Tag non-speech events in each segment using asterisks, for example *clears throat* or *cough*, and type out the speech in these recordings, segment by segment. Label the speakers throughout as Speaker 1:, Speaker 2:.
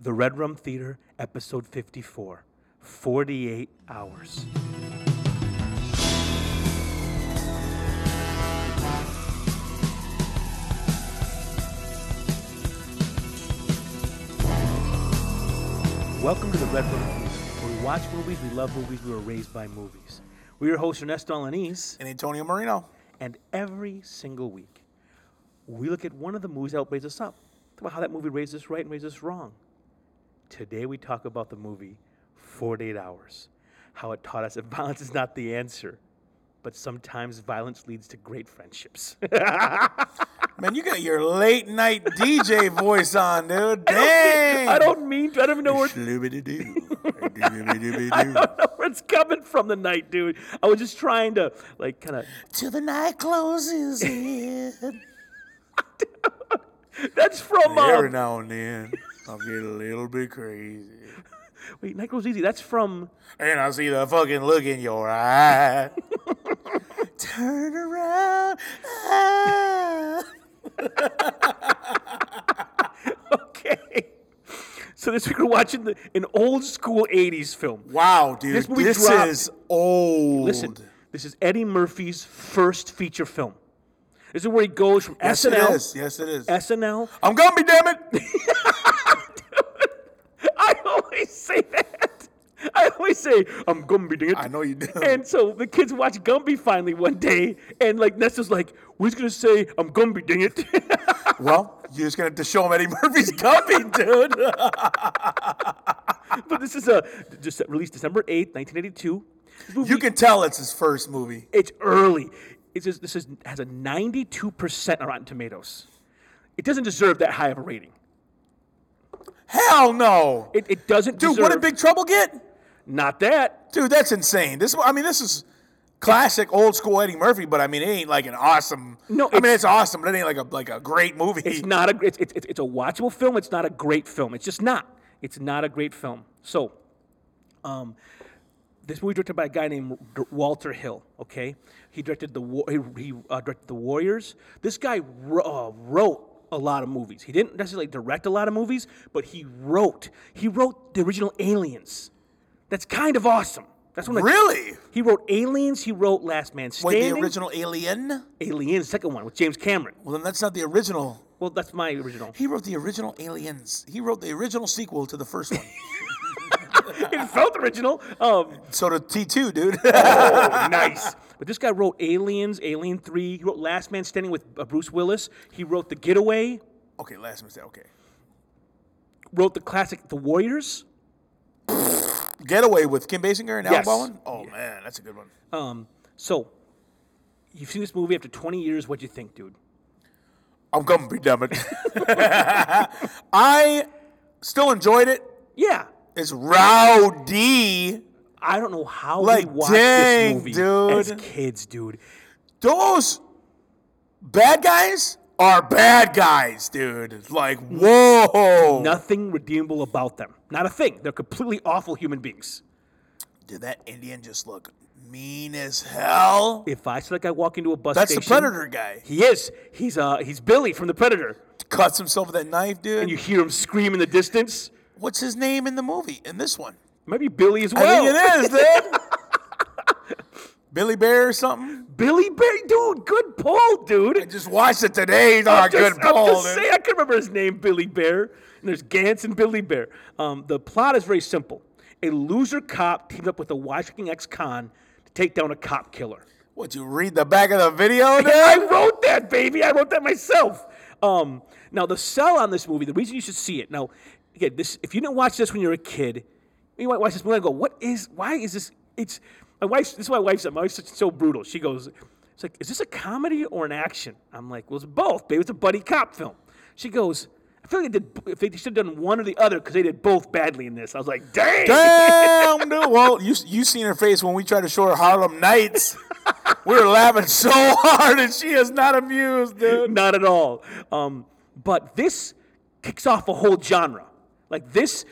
Speaker 1: The Red Rum Theater, episode 54 48 Hours. Welcome to the Red Room Theater, where we watch movies, we love movies, we were raised by movies. We are your hosts Ernesto Alanis,
Speaker 2: and Antonio Marino.
Speaker 1: and every single week, we look at one of the movies that helped raise us up. Talk about how that movie raised us right and raised us wrong. Today we talk about the movie 48 Hours, how it taught us that *laughs* violence is not the answer, but sometimes violence leads to great friendships. *laughs*
Speaker 2: Man, you got your late night DJ voice on, dude. Dang.
Speaker 1: I don't mean to, I don't even know *laughs*
Speaker 2: *laughs*
Speaker 1: where *laughs*
Speaker 2: Shloobity-doo.
Speaker 1: know where it's coming from tonight, dude. I was just trying to like kind of.
Speaker 2: Till the night *laughs* closes in.
Speaker 1: That's from.
Speaker 2: Every
Speaker 1: Um,
Speaker 2: now and then, I'll get a little bit crazy.
Speaker 1: wait, Night Goes Easy. That's from. *laughs*
Speaker 2: And I see the fucking look in your eye. Turn around. ah.
Speaker 1: Okay. So this week we're watching the, an old school '80s film.
Speaker 2: Wow, dude.
Speaker 1: This
Speaker 2: This,
Speaker 1: movie dropped-
Speaker 2: is old.
Speaker 1: Listen, this is Eddie Murphy's first feature film. This is where he goes from
Speaker 2: yes, it
Speaker 1: SNL,
Speaker 2: is. Yes, it is.
Speaker 1: SNL.
Speaker 2: I'm Gumby, damn it.
Speaker 1: *laughs* I always say that. I always say I'm Gumby. Dang it.
Speaker 2: I know you do.
Speaker 1: And so the kids watch Gumby finally one day, and like Nesta's like, "We're just gonna say I'm Gumby, dang it." *laughs*
Speaker 2: Well, you're just gonna have to show him Eddie *laughs* Murphy's coming, dude.
Speaker 1: But this is a just released December eighth, nineteen eighty two.
Speaker 2: *laughs* You can tell it's his first movie.
Speaker 1: It's early. It says this is has a ninety two percent on Rotten Tomatoes. It doesn't deserve that high of a rating.
Speaker 2: Hell no,
Speaker 1: It, it doesn't
Speaker 2: dude.
Speaker 1: deserve
Speaker 2: What did Big Trouble get?
Speaker 1: not that.
Speaker 2: Dude, that's insane. This, I mean, this is classic old school Eddie Murphy, but I mean, it ain't like an awesome.
Speaker 1: No,
Speaker 2: I mean
Speaker 1: it's-
Speaker 2: it's awesome, but it ain't like a like a great movie.
Speaker 1: It's not a gr- it's, it's it's it's a watchable film. It's not a great film. It's just not. It's not a great film. So, um, this movie directed by a guy named D- Walter Hill. Okay, he directed the Wa- he, he uh, directed the Warriors. This guy wro- uh, wrote a lot of movies. He didn't necessarily direct a lot of movies, but he wrote. He wrote the original Aliens. That's kind of awesome. That's one of the,
Speaker 2: really.
Speaker 1: He wrote Aliens. He wrote Last Man
Speaker 2: Wait,
Speaker 1: Standing.
Speaker 2: the original Alien?
Speaker 1: Aliens, second one with James Cameron.
Speaker 2: Well, then that's not the original.
Speaker 1: Well, that's my original.
Speaker 2: He wrote the original Aliens. He wrote the original sequel to the first
Speaker 1: *laughs*
Speaker 2: one.
Speaker 1: it felt original. Um,
Speaker 2: so did T2, dude. *laughs*
Speaker 1: nice. But this guy wrote Aliens, Alien 3. He wrote Last Man Standing with uh, Bruce Willis. He wrote The Getaway,
Speaker 2: okay, last mistake. Okay,
Speaker 1: wrote the classic The Warriors.
Speaker 2: Getaway with Kim Basinger and
Speaker 1: Yes.
Speaker 2: Al Baldwin. Oh man, that's a good one.
Speaker 1: Um, so, you've seen this movie after 20 years. What'd you think, dude?
Speaker 2: I'm gonna be dumb. *laughs* I still enjoyed it.
Speaker 1: Yeah.
Speaker 2: It's rowdy.
Speaker 1: I don't know how
Speaker 2: Like,
Speaker 1: we watched
Speaker 2: dang,
Speaker 1: this movie as
Speaker 2: dude.
Speaker 1: kids, dude.
Speaker 2: Those bad guys are bad guys, dude. Like,
Speaker 1: Hmm.
Speaker 2: whoa.
Speaker 1: Nothing redeemable about them. Not a thing. They're completely awful human beings.
Speaker 2: Did that Indian just look mean as hell?
Speaker 1: If I said like I walk into a bus
Speaker 2: That's the
Speaker 1: station,
Speaker 2: predator guy.
Speaker 1: He is. He's uh he's Billy from the Predator.
Speaker 2: Cuts himself with that knife, dude.
Speaker 1: And you hear him scream in the distance.
Speaker 2: What's his name in the movie? In this one?
Speaker 1: Maybe Billy as
Speaker 2: I
Speaker 1: well.
Speaker 2: think
Speaker 1: *laughs*
Speaker 2: it is, dude. Billy Bear or something?
Speaker 1: Billy Bear, dude, good pull, dude.
Speaker 2: I just watched it today. He's not
Speaker 1: I'm
Speaker 2: a good
Speaker 1: just- I'm
Speaker 2: ball,
Speaker 1: just
Speaker 2: dude.
Speaker 1: saying, I can remember his name, Billy Bear. And there's Gantz and Billy Bear. Um, the plot is very simple. A loser cop teams up with a wisecracking ex-con to take down a cop killer.
Speaker 2: What you read the back of the video?
Speaker 1: *laughs*
Speaker 2: dude?
Speaker 1: I wrote that, baby. I wrote that myself. Um, now the sell on this movie, the reason you should see it. Now, again, this if you didn't watch this when you were a kid, you might watch this movie and go, "What is? Why is this? It's my wife's. This is why my wife's. My wife's so brutal. She goes, "It's like, is this a comedy or an action?" I'm like, "Well, it's both, baby. It's a buddy cop film." She goes. I feel like they did. If they should have done one or the other, because they did both badly in this. I was like, "Dang!"
Speaker 2: Damn, dude. Well, you you seen her face when we tried to show her Harlem Nights. we were laughing so hard, and she is not amused, dude.
Speaker 1: Not at all. Um, but this kicks off a whole genre. Like this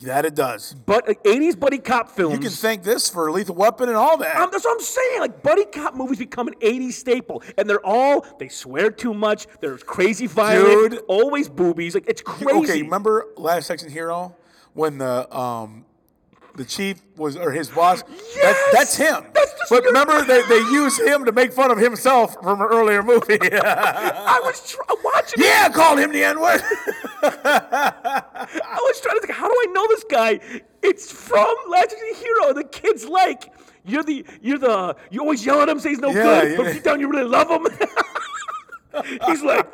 Speaker 2: That it does.
Speaker 1: But like, 80s buddy cop films.
Speaker 2: You can thank this for Lethal Weapon and all that.
Speaker 1: Um, that's what I'm saying. Like buddy cop movies become an '80s staple, and they're all they swear too much. They're crazy violent.
Speaker 2: Dude.
Speaker 1: always boobies. Like it's crazy.
Speaker 2: Okay, remember Last Section Hero when the um the chief was or his boss?
Speaker 1: Yes!
Speaker 2: That's, that's him.
Speaker 1: That's just
Speaker 2: but
Speaker 1: your-
Speaker 2: remember they they use him to make fun of himself from an earlier movie.
Speaker 1: I was tr- watching. it.
Speaker 2: yeah, called him the N *laughs* word.
Speaker 1: I was trying to think. How do I know this guy? It's from Legend of the Hero. The kid's like, you're the, you're the, you always yell at him, say he's no
Speaker 2: Yeah,
Speaker 1: good,
Speaker 2: yeah.
Speaker 1: but deep down you really love him. *laughs* he's like,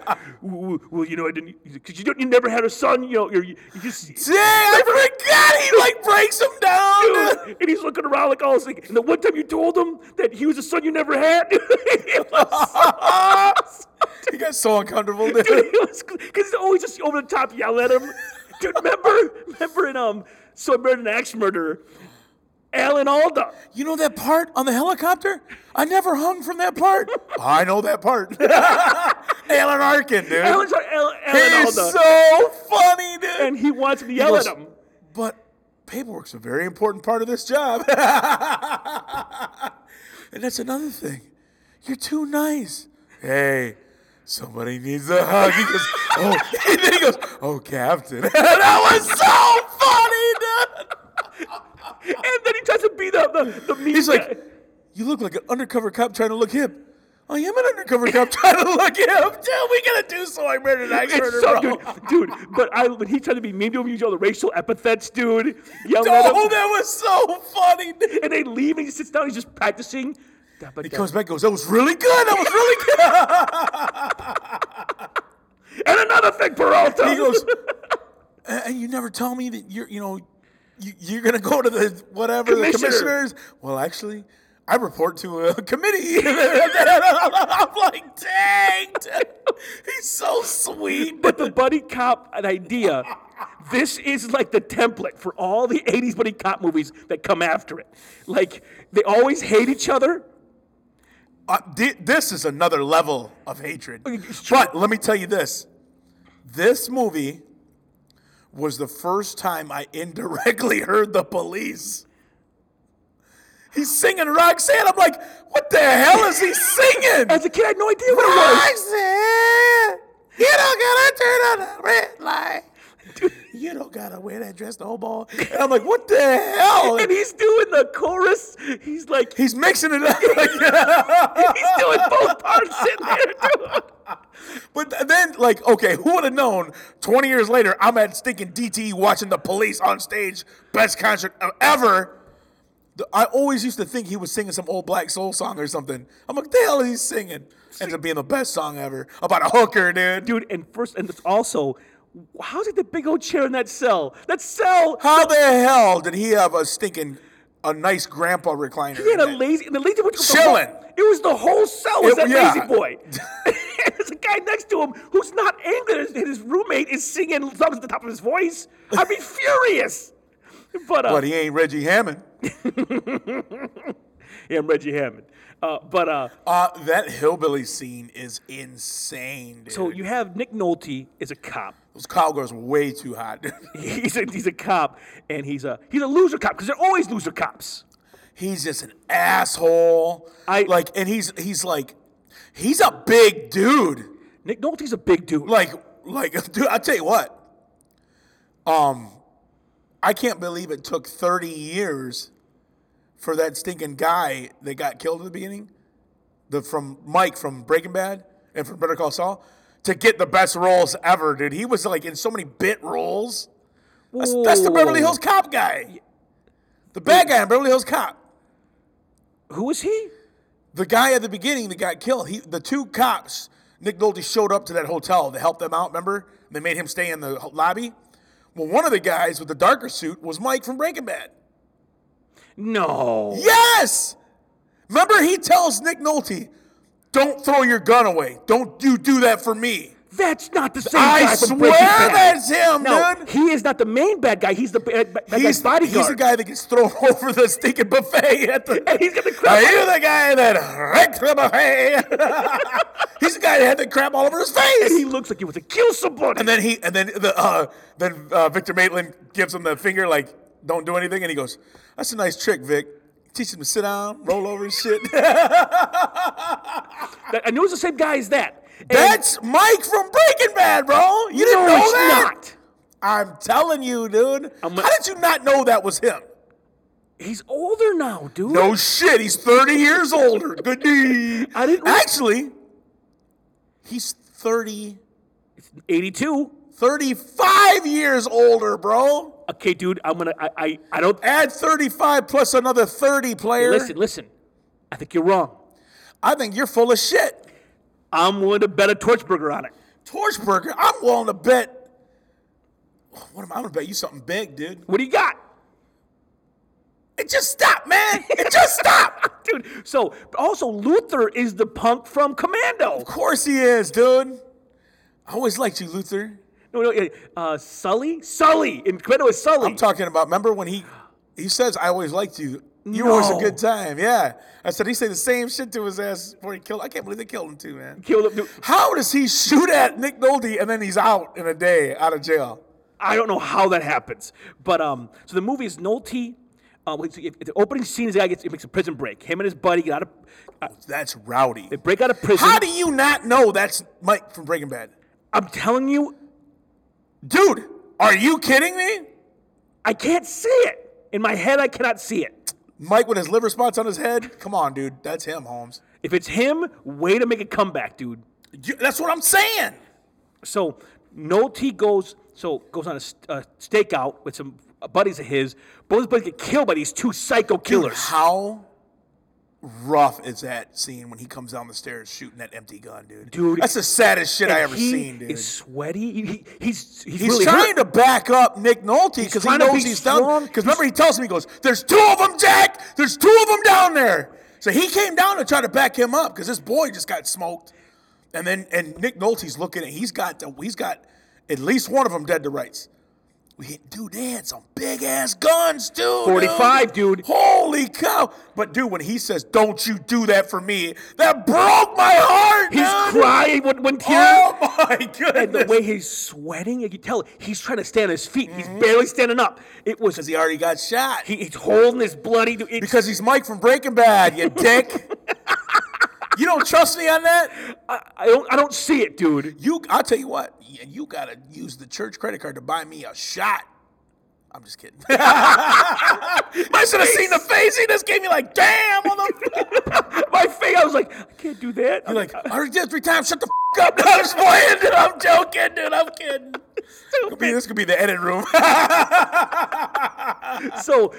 Speaker 1: well, well, you know, I didn't, because you don't, you never had a son. You know, you're, you just.
Speaker 2: Dang, I forgot he *laughs* like breaks him down.
Speaker 1: dude. And he's looking around like all like, and the one time you told him that he was a son you never had, *laughs* it
Speaker 2: *laughs*
Speaker 1: was
Speaker 2: he got so uncomfortable, dude.
Speaker 1: because he's always just over the top yell at him. Dude, remember, remember in um, so I murdered an axe murderer, Alan Alda.
Speaker 2: You know that part on the helicopter? I never hung from that part. *laughs* I know that part. *laughs* Alan Arkin, dude.
Speaker 1: Alan's like, Alan, Alan
Speaker 2: He's
Speaker 1: Alda,
Speaker 2: so funny, dude.
Speaker 1: and he wants him to yell
Speaker 2: goes-
Speaker 1: at him.
Speaker 2: But paperwork's a very important part of this job. *laughs* and that's another thing. You're too nice. Hey, somebody needs a hug. He goes, *laughs* oh, and then he goes, oh, Captain. *laughs* that was so funny, dude.
Speaker 1: And then he tries to beat up the the mean
Speaker 2: He's
Speaker 1: guy.
Speaker 2: like, you look like an undercover cop trying to look hip. I am an undercover cop *laughs* trying to look hip. Dude, we gotta do so. I murdered an axe murder,
Speaker 1: It's so,
Speaker 2: bro. *laughs*
Speaker 1: dude, dude, but I when he tried to be mean to him, you all the racial epithets, dude, yelling at him.
Speaker 2: Oh, that was so funny, dude.
Speaker 1: and they leave and he sits down. He's just practicing.
Speaker 2: He comes back and goes, that was really good. That was really good.
Speaker 1: And another thing, Peralta.
Speaker 2: he goes, "And- and you never tell me that you're, you know, you, you're gonna go to the whatever the
Speaker 1: Commissioner.
Speaker 2: commissioners. Well, actually, I report to a committee. *laughs* I'm like, dang, dude. he's so sweet.
Speaker 1: but the buddy cop an *laughs* idea. This is like the template for all the '80s buddy cop movies that come after it. Like they always hate each other.
Speaker 2: Uh, thi- this is another level of hatred.
Speaker 1: it's true.
Speaker 2: But let me tell you this: this movie was the first time I indirectly *laughs* heard the police. He's singing Roxanne. I'm like, what the hell is
Speaker 1: *laughs*
Speaker 2: he singing?
Speaker 1: As a kid, I had no idea what it was.
Speaker 2: Roxanne, you don't gotta turn on the red light. You don't gotta wear that dress, no more. And I'm like, what the hell?
Speaker 1: *laughs* And he's doing the chorus. He's like,
Speaker 2: He's mixing it up. *laughs*
Speaker 1: *laughs* he's doing both parts in there, dude.
Speaker 2: But th- then, like, okay, who would have known 20 years later, I'm at stinking DT watching the police on stage, best concert of ever. The- I always used to think he was singing some old black soul song or something. I'm like, the hell is he singing? Ends up being the best song ever about a hooker, dude.
Speaker 1: Dude, and first, and it's also, how's it the big old chair in that cell? That cell.
Speaker 2: How the hell did he have a stinking, a nice grandpa recliner?
Speaker 1: He had
Speaker 2: in
Speaker 1: a
Speaker 2: that?
Speaker 1: lazy, and the lazy boy was the
Speaker 2: Chilling.
Speaker 1: whole- it was the whole cell was that
Speaker 2: It- yeah.
Speaker 1: lazy
Speaker 2: *laughs*
Speaker 1: boy. *laughs* And There's a guy next to him who's not angry, and his roommate is singing songs at the top of his voice. I'd
Speaker 2: *laughs*
Speaker 1: be furious. But, uh,
Speaker 2: but he ain't Reggie Hammond.
Speaker 1: yeah, I'm Reggie Hammond. Uh, but uh,
Speaker 2: Uh, that hillbilly scene is insane, dude.
Speaker 1: so you have Nick Nolte is a cop. *laughs*
Speaker 2: Those cowgirls were way too hot, dude.
Speaker 1: He's a, he's a cop, and he's a he's a loser cop because they're always loser cops.
Speaker 2: He's just an asshole.
Speaker 1: I-
Speaker 2: like, and he's he's like, he's a big dude.
Speaker 1: Nick Nolte's a big dude.
Speaker 2: Like, like, *laughs* dude, I tell you what. Um, I can't believe it took thirty years for that stinking guy that got killed at the beginning, the from Mike from Breaking Bad and from Better Call Saul, to get the best roles ever, dude. He was like in so many bit roles. That's, that's the Beverly
Speaker 1: Whoa.
Speaker 2: Hills Cop guy, the bad guy in Beverly Hills Cop.
Speaker 1: Who is he?
Speaker 2: the guy at the beginning that got killed, he, the two cops, Nick Nolte showed up to that hotel to help them out, remember? They made him stay in the ho- lobby. Well, one of the guys with the darker suit was Mike from Breaking Bad.
Speaker 1: No.
Speaker 2: Yes! Remember, he tells Nick Nolte, don't throw your gun away. Don't you do that for me.
Speaker 1: That's not the same
Speaker 2: I
Speaker 1: guy from
Speaker 2: swear
Speaker 1: Breaking Bad.
Speaker 2: that's him,
Speaker 1: No,
Speaker 2: dude.
Speaker 1: he is not the main bad guy. He's the bad, bad guy's bodyguard.
Speaker 2: he's the guy that gets thrown *laughs* over the stinking buffet at the.
Speaker 1: And he's got the
Speaker 2: Are
Speaker 1: crap
Speaker 2: you the guy that wrecked the buffet? *laughs* he's the guy that had the crap all over his
Speaker 1: And he
Speaker 2: face.
Speaker 1: looks like he was to kill somebody.
Speaker 2: And then he, and then the, uh, then uh, Victor Maitland gives him the finger like, "Don't do anything," and he goes, "That's a nice trick, Vic." Teach him to sit down, roll over and shit. *laughs*
Speaker 1: I knew it was the same guy as that. And
Speaker 2: That's Mike from Breaking Bad, bro. You
Speaker 1: no,
Speaker 2: didn't know
Speaker 1: it's
Speaker 2: that?
Speaker 1: not.
Speaker 2: I'm telling you, dude.
Speaker 1: I'm-
Speaker 2: How did you not know that was him?
Speaker 1: He's older now, dude.
Speaker 2: No shit, he's 30 years
Speaker 1: *laughs*
Speaker 2: older. Good D.
Speaker 1: I didn't-
Speaker 2: Actually, he's 30,
Speaker 1: 82.
Speaker 2: 35 years older, bro.
Speaker 1: Okay, dude, I'm gonna. I. I, I don't.
Speaker 2: Add 35 plus another 30 player.
Speaker 1: Listen, listen. I think you're wrong.
Speaker 2: I think you're full of shit.
Speaker 1: I'm willing to bet a Torchburger on it.
Speaker 2: Torchburger, I'm willing to bet. What am I going to bet you something big, dude?
Speaker 1: What do you got? *laughs*
Speaker 2: It just stopped, man. It just stopped.
Speaker 1: Dude, so also Luther is the punk from Commando.
Speaker 2: Of course he is, dude. I always liked you, Luther.
Speaker 1: No, no, uh, Sully? Sully! In Commando is Sully.
Speaker 2: I'm talking about. Remember when he he says, "I always liked you. You were always a
Speaker 1: No.
Speaker 2: good time." Yeah, I said he said the same shit to his ass before he killed. I can't believe they killed him too, man.
Speaker 1: Killed him, dude.
Speaker 2: How does he shoot at Nick Nolte and then he's out in a day out of jail?
Speaker 1: I don't know how that happens. But um, so the movie is Nolte. Uh, wait, so if- if the opening scene is the guy gets he makes a prison break. Him and his buddy get out of uh,
Speaker 2: That's rowdy.
Speaker 1: they break out of prison.
Speaker 2: How do you not know that's Mike from Breaking Bad,
Speaker 1: I'm telling you,
Speaker 2: dude? Are you kidding me?
Speaker 1: I can't see it. In my head, I cannot see it.
Speaker 2: Mike with his liver spots on his head. Come on, dude. That's him, Holmes.
Speaker 1: If it's him, way to make a comeback, dude.
Speaker 2: You- that's what I'm saying.
Speaker 1: So Nolte goes so goes on a, st- a stakeout with some buddies of his. Both his buddies get killed by these two psycho
Speaker 2: Dude,
Speaker 1: killers.
Speaker 2: how rough is that scene when he comes down the stairs shooting that empty gun, dude?
Speaker 1: Dude,
Speaker 2: that's the saddest shit I
Speaker 1: And
Speaker 2: ever
Speaker 1: he
Speaker 2: seen, dude.
Speaker 1: Is sweaty. He, he- he's he's,
Speaker 2: He's
Speaker 1: really
Speaker 2: trying
Speaker 1: hurt.
Speaker 2: to back up Nick Nolte because he
Speaker 1: trying to
Speaker 2: knows
Speaker 1: be
Speaker 2: he's down.
Speaker 1: strong.
Speaker 2: Because remember, he tells him, he goes, "There's two of them, Jack. There's two of them down there." So he came down to try to back him up because this boy just got smoked, and then and Nick Nolte's looking at he's got the, he's got at least one of them dead to rights. We hit, dude, they had some big ass guns, dude. dude.
Speaker 1: 45, dude.
Speaker 2: Holy cow! But dude, when he says, "Don't you do that for me," that broke my heart.
Speaker 1: He's
Speaker 2: dude.
Speaker 1: crying when, when tears.
Speaker 2: Oh my goodness!
Speaker 1: And the way he's sweating, you can tell he's trying to stand on his feet.
Speaker 2: Mm-hmm.
Speaker 1: He's barely standing up. It was
Speaker 2: because he already got shot.
Speaker 1: he, he's holding his bloody. It,
Speaker 2: Because he's Mike from Breaking Bad, you dick. you don't trust me on that?
Speaker 1: I, I don't I don't see it, dude. *laughs*
Speaker 2: You, I'll tell you what. You, you gotta use the church credit card to buy me a shot. I'm just kidding. I should have seen the face. He just gave me like, damn, motherfucker.
Speaker 1: My face, I was like, I can't do that. I'm
Speaker 2: You're like, I already did it three times. Shut the f- up. *laughs* No, I'm just playing, dude. I'm joking, dude. I'm kidding. Could be- this could be the edit room. *laughs*
Speaker 1: so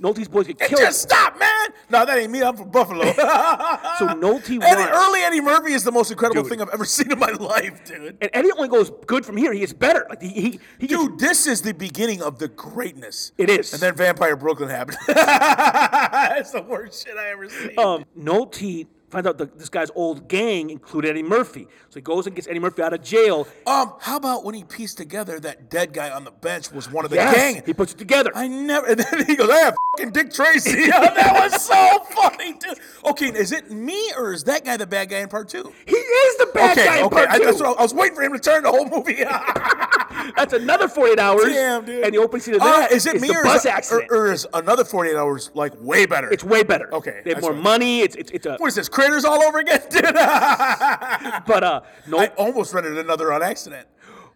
Speaker 1: Nolte's boys get killed.
Speaker 2: just stop, man. No, that ain't me. I'm from Buffalo.
Speaker 1: so Nolte wants.
Speaker 2: Eddie, early Eddie Murphy is the most incredible
Speaker 1: Dude.
Speaker 2: thing I've ever seen in my *laughs* life, dude.
Speaker 1: and Eddie only goes good from here. He gets better. Like he, he, he gets-
Speaker 2: Dude, this is the beginning of the greatness.
Speaker 1: It is.
Speaker 2: And then Vampire Brooklyn happened. *laughs* That's the worst shit I ever seen.
Speaker 1: um, Nolte finds out the, this guy's old gang included Eddie Murphy. So he goes and gets Eddie Murphy out of jail.
Speaker 2: Um, how about when he pieced together that dead guy on the bench was one of the
Speaker 1: Yes,
Speaker 2: gang?
Speaker 1: he puts it together.
Speaker 2: I never. *laughs* And then he goes, "I have fucking Dick Tracy." *laughs* that was so
Speaker 1: *laughs*
Speaker 2: funny, dude. Okay, is it me or is that guy the bad guy in part two?
Speaker 1: he is the bad
Speaker 2: okay,
Speaker 1: guy in
Speaker 2: okay.
Speaker 1: part
Speaker 2: I,
Speaker 1: two.
Speaker 2: that's what I, I was waiting for him to turn the
Speaker 1: *laughs*
Speaker 2: whole movie. *laughs* Uh,
Speaker 1: That's another 48 hours.
Speaker 2: Damn, dude.
Speaker 1: And the opening scene of
Speaker 2: Ah,
Speaker 1: that
Speaker 2: is it me
Speaker 1: the
Speaker 2: or,
Speaker 1: bus
Speaker 2: is, it-
Speaker 1: accident.
Speaker 2: or, or is another 48 hours like way better?
Speaker 1: it's way better.
Speaker 2: Okay,
Speaker 1: They have
Speaker 2: that's
Speaker 1: more
Speaker 2: right.
Speaker 1: money. It's, it's, it's a,
Speaker 2: what is this, Critters all over again? *laughs* Dude, I
Speaker 1: but uh, no,
Speaker 2: almost rented another on accident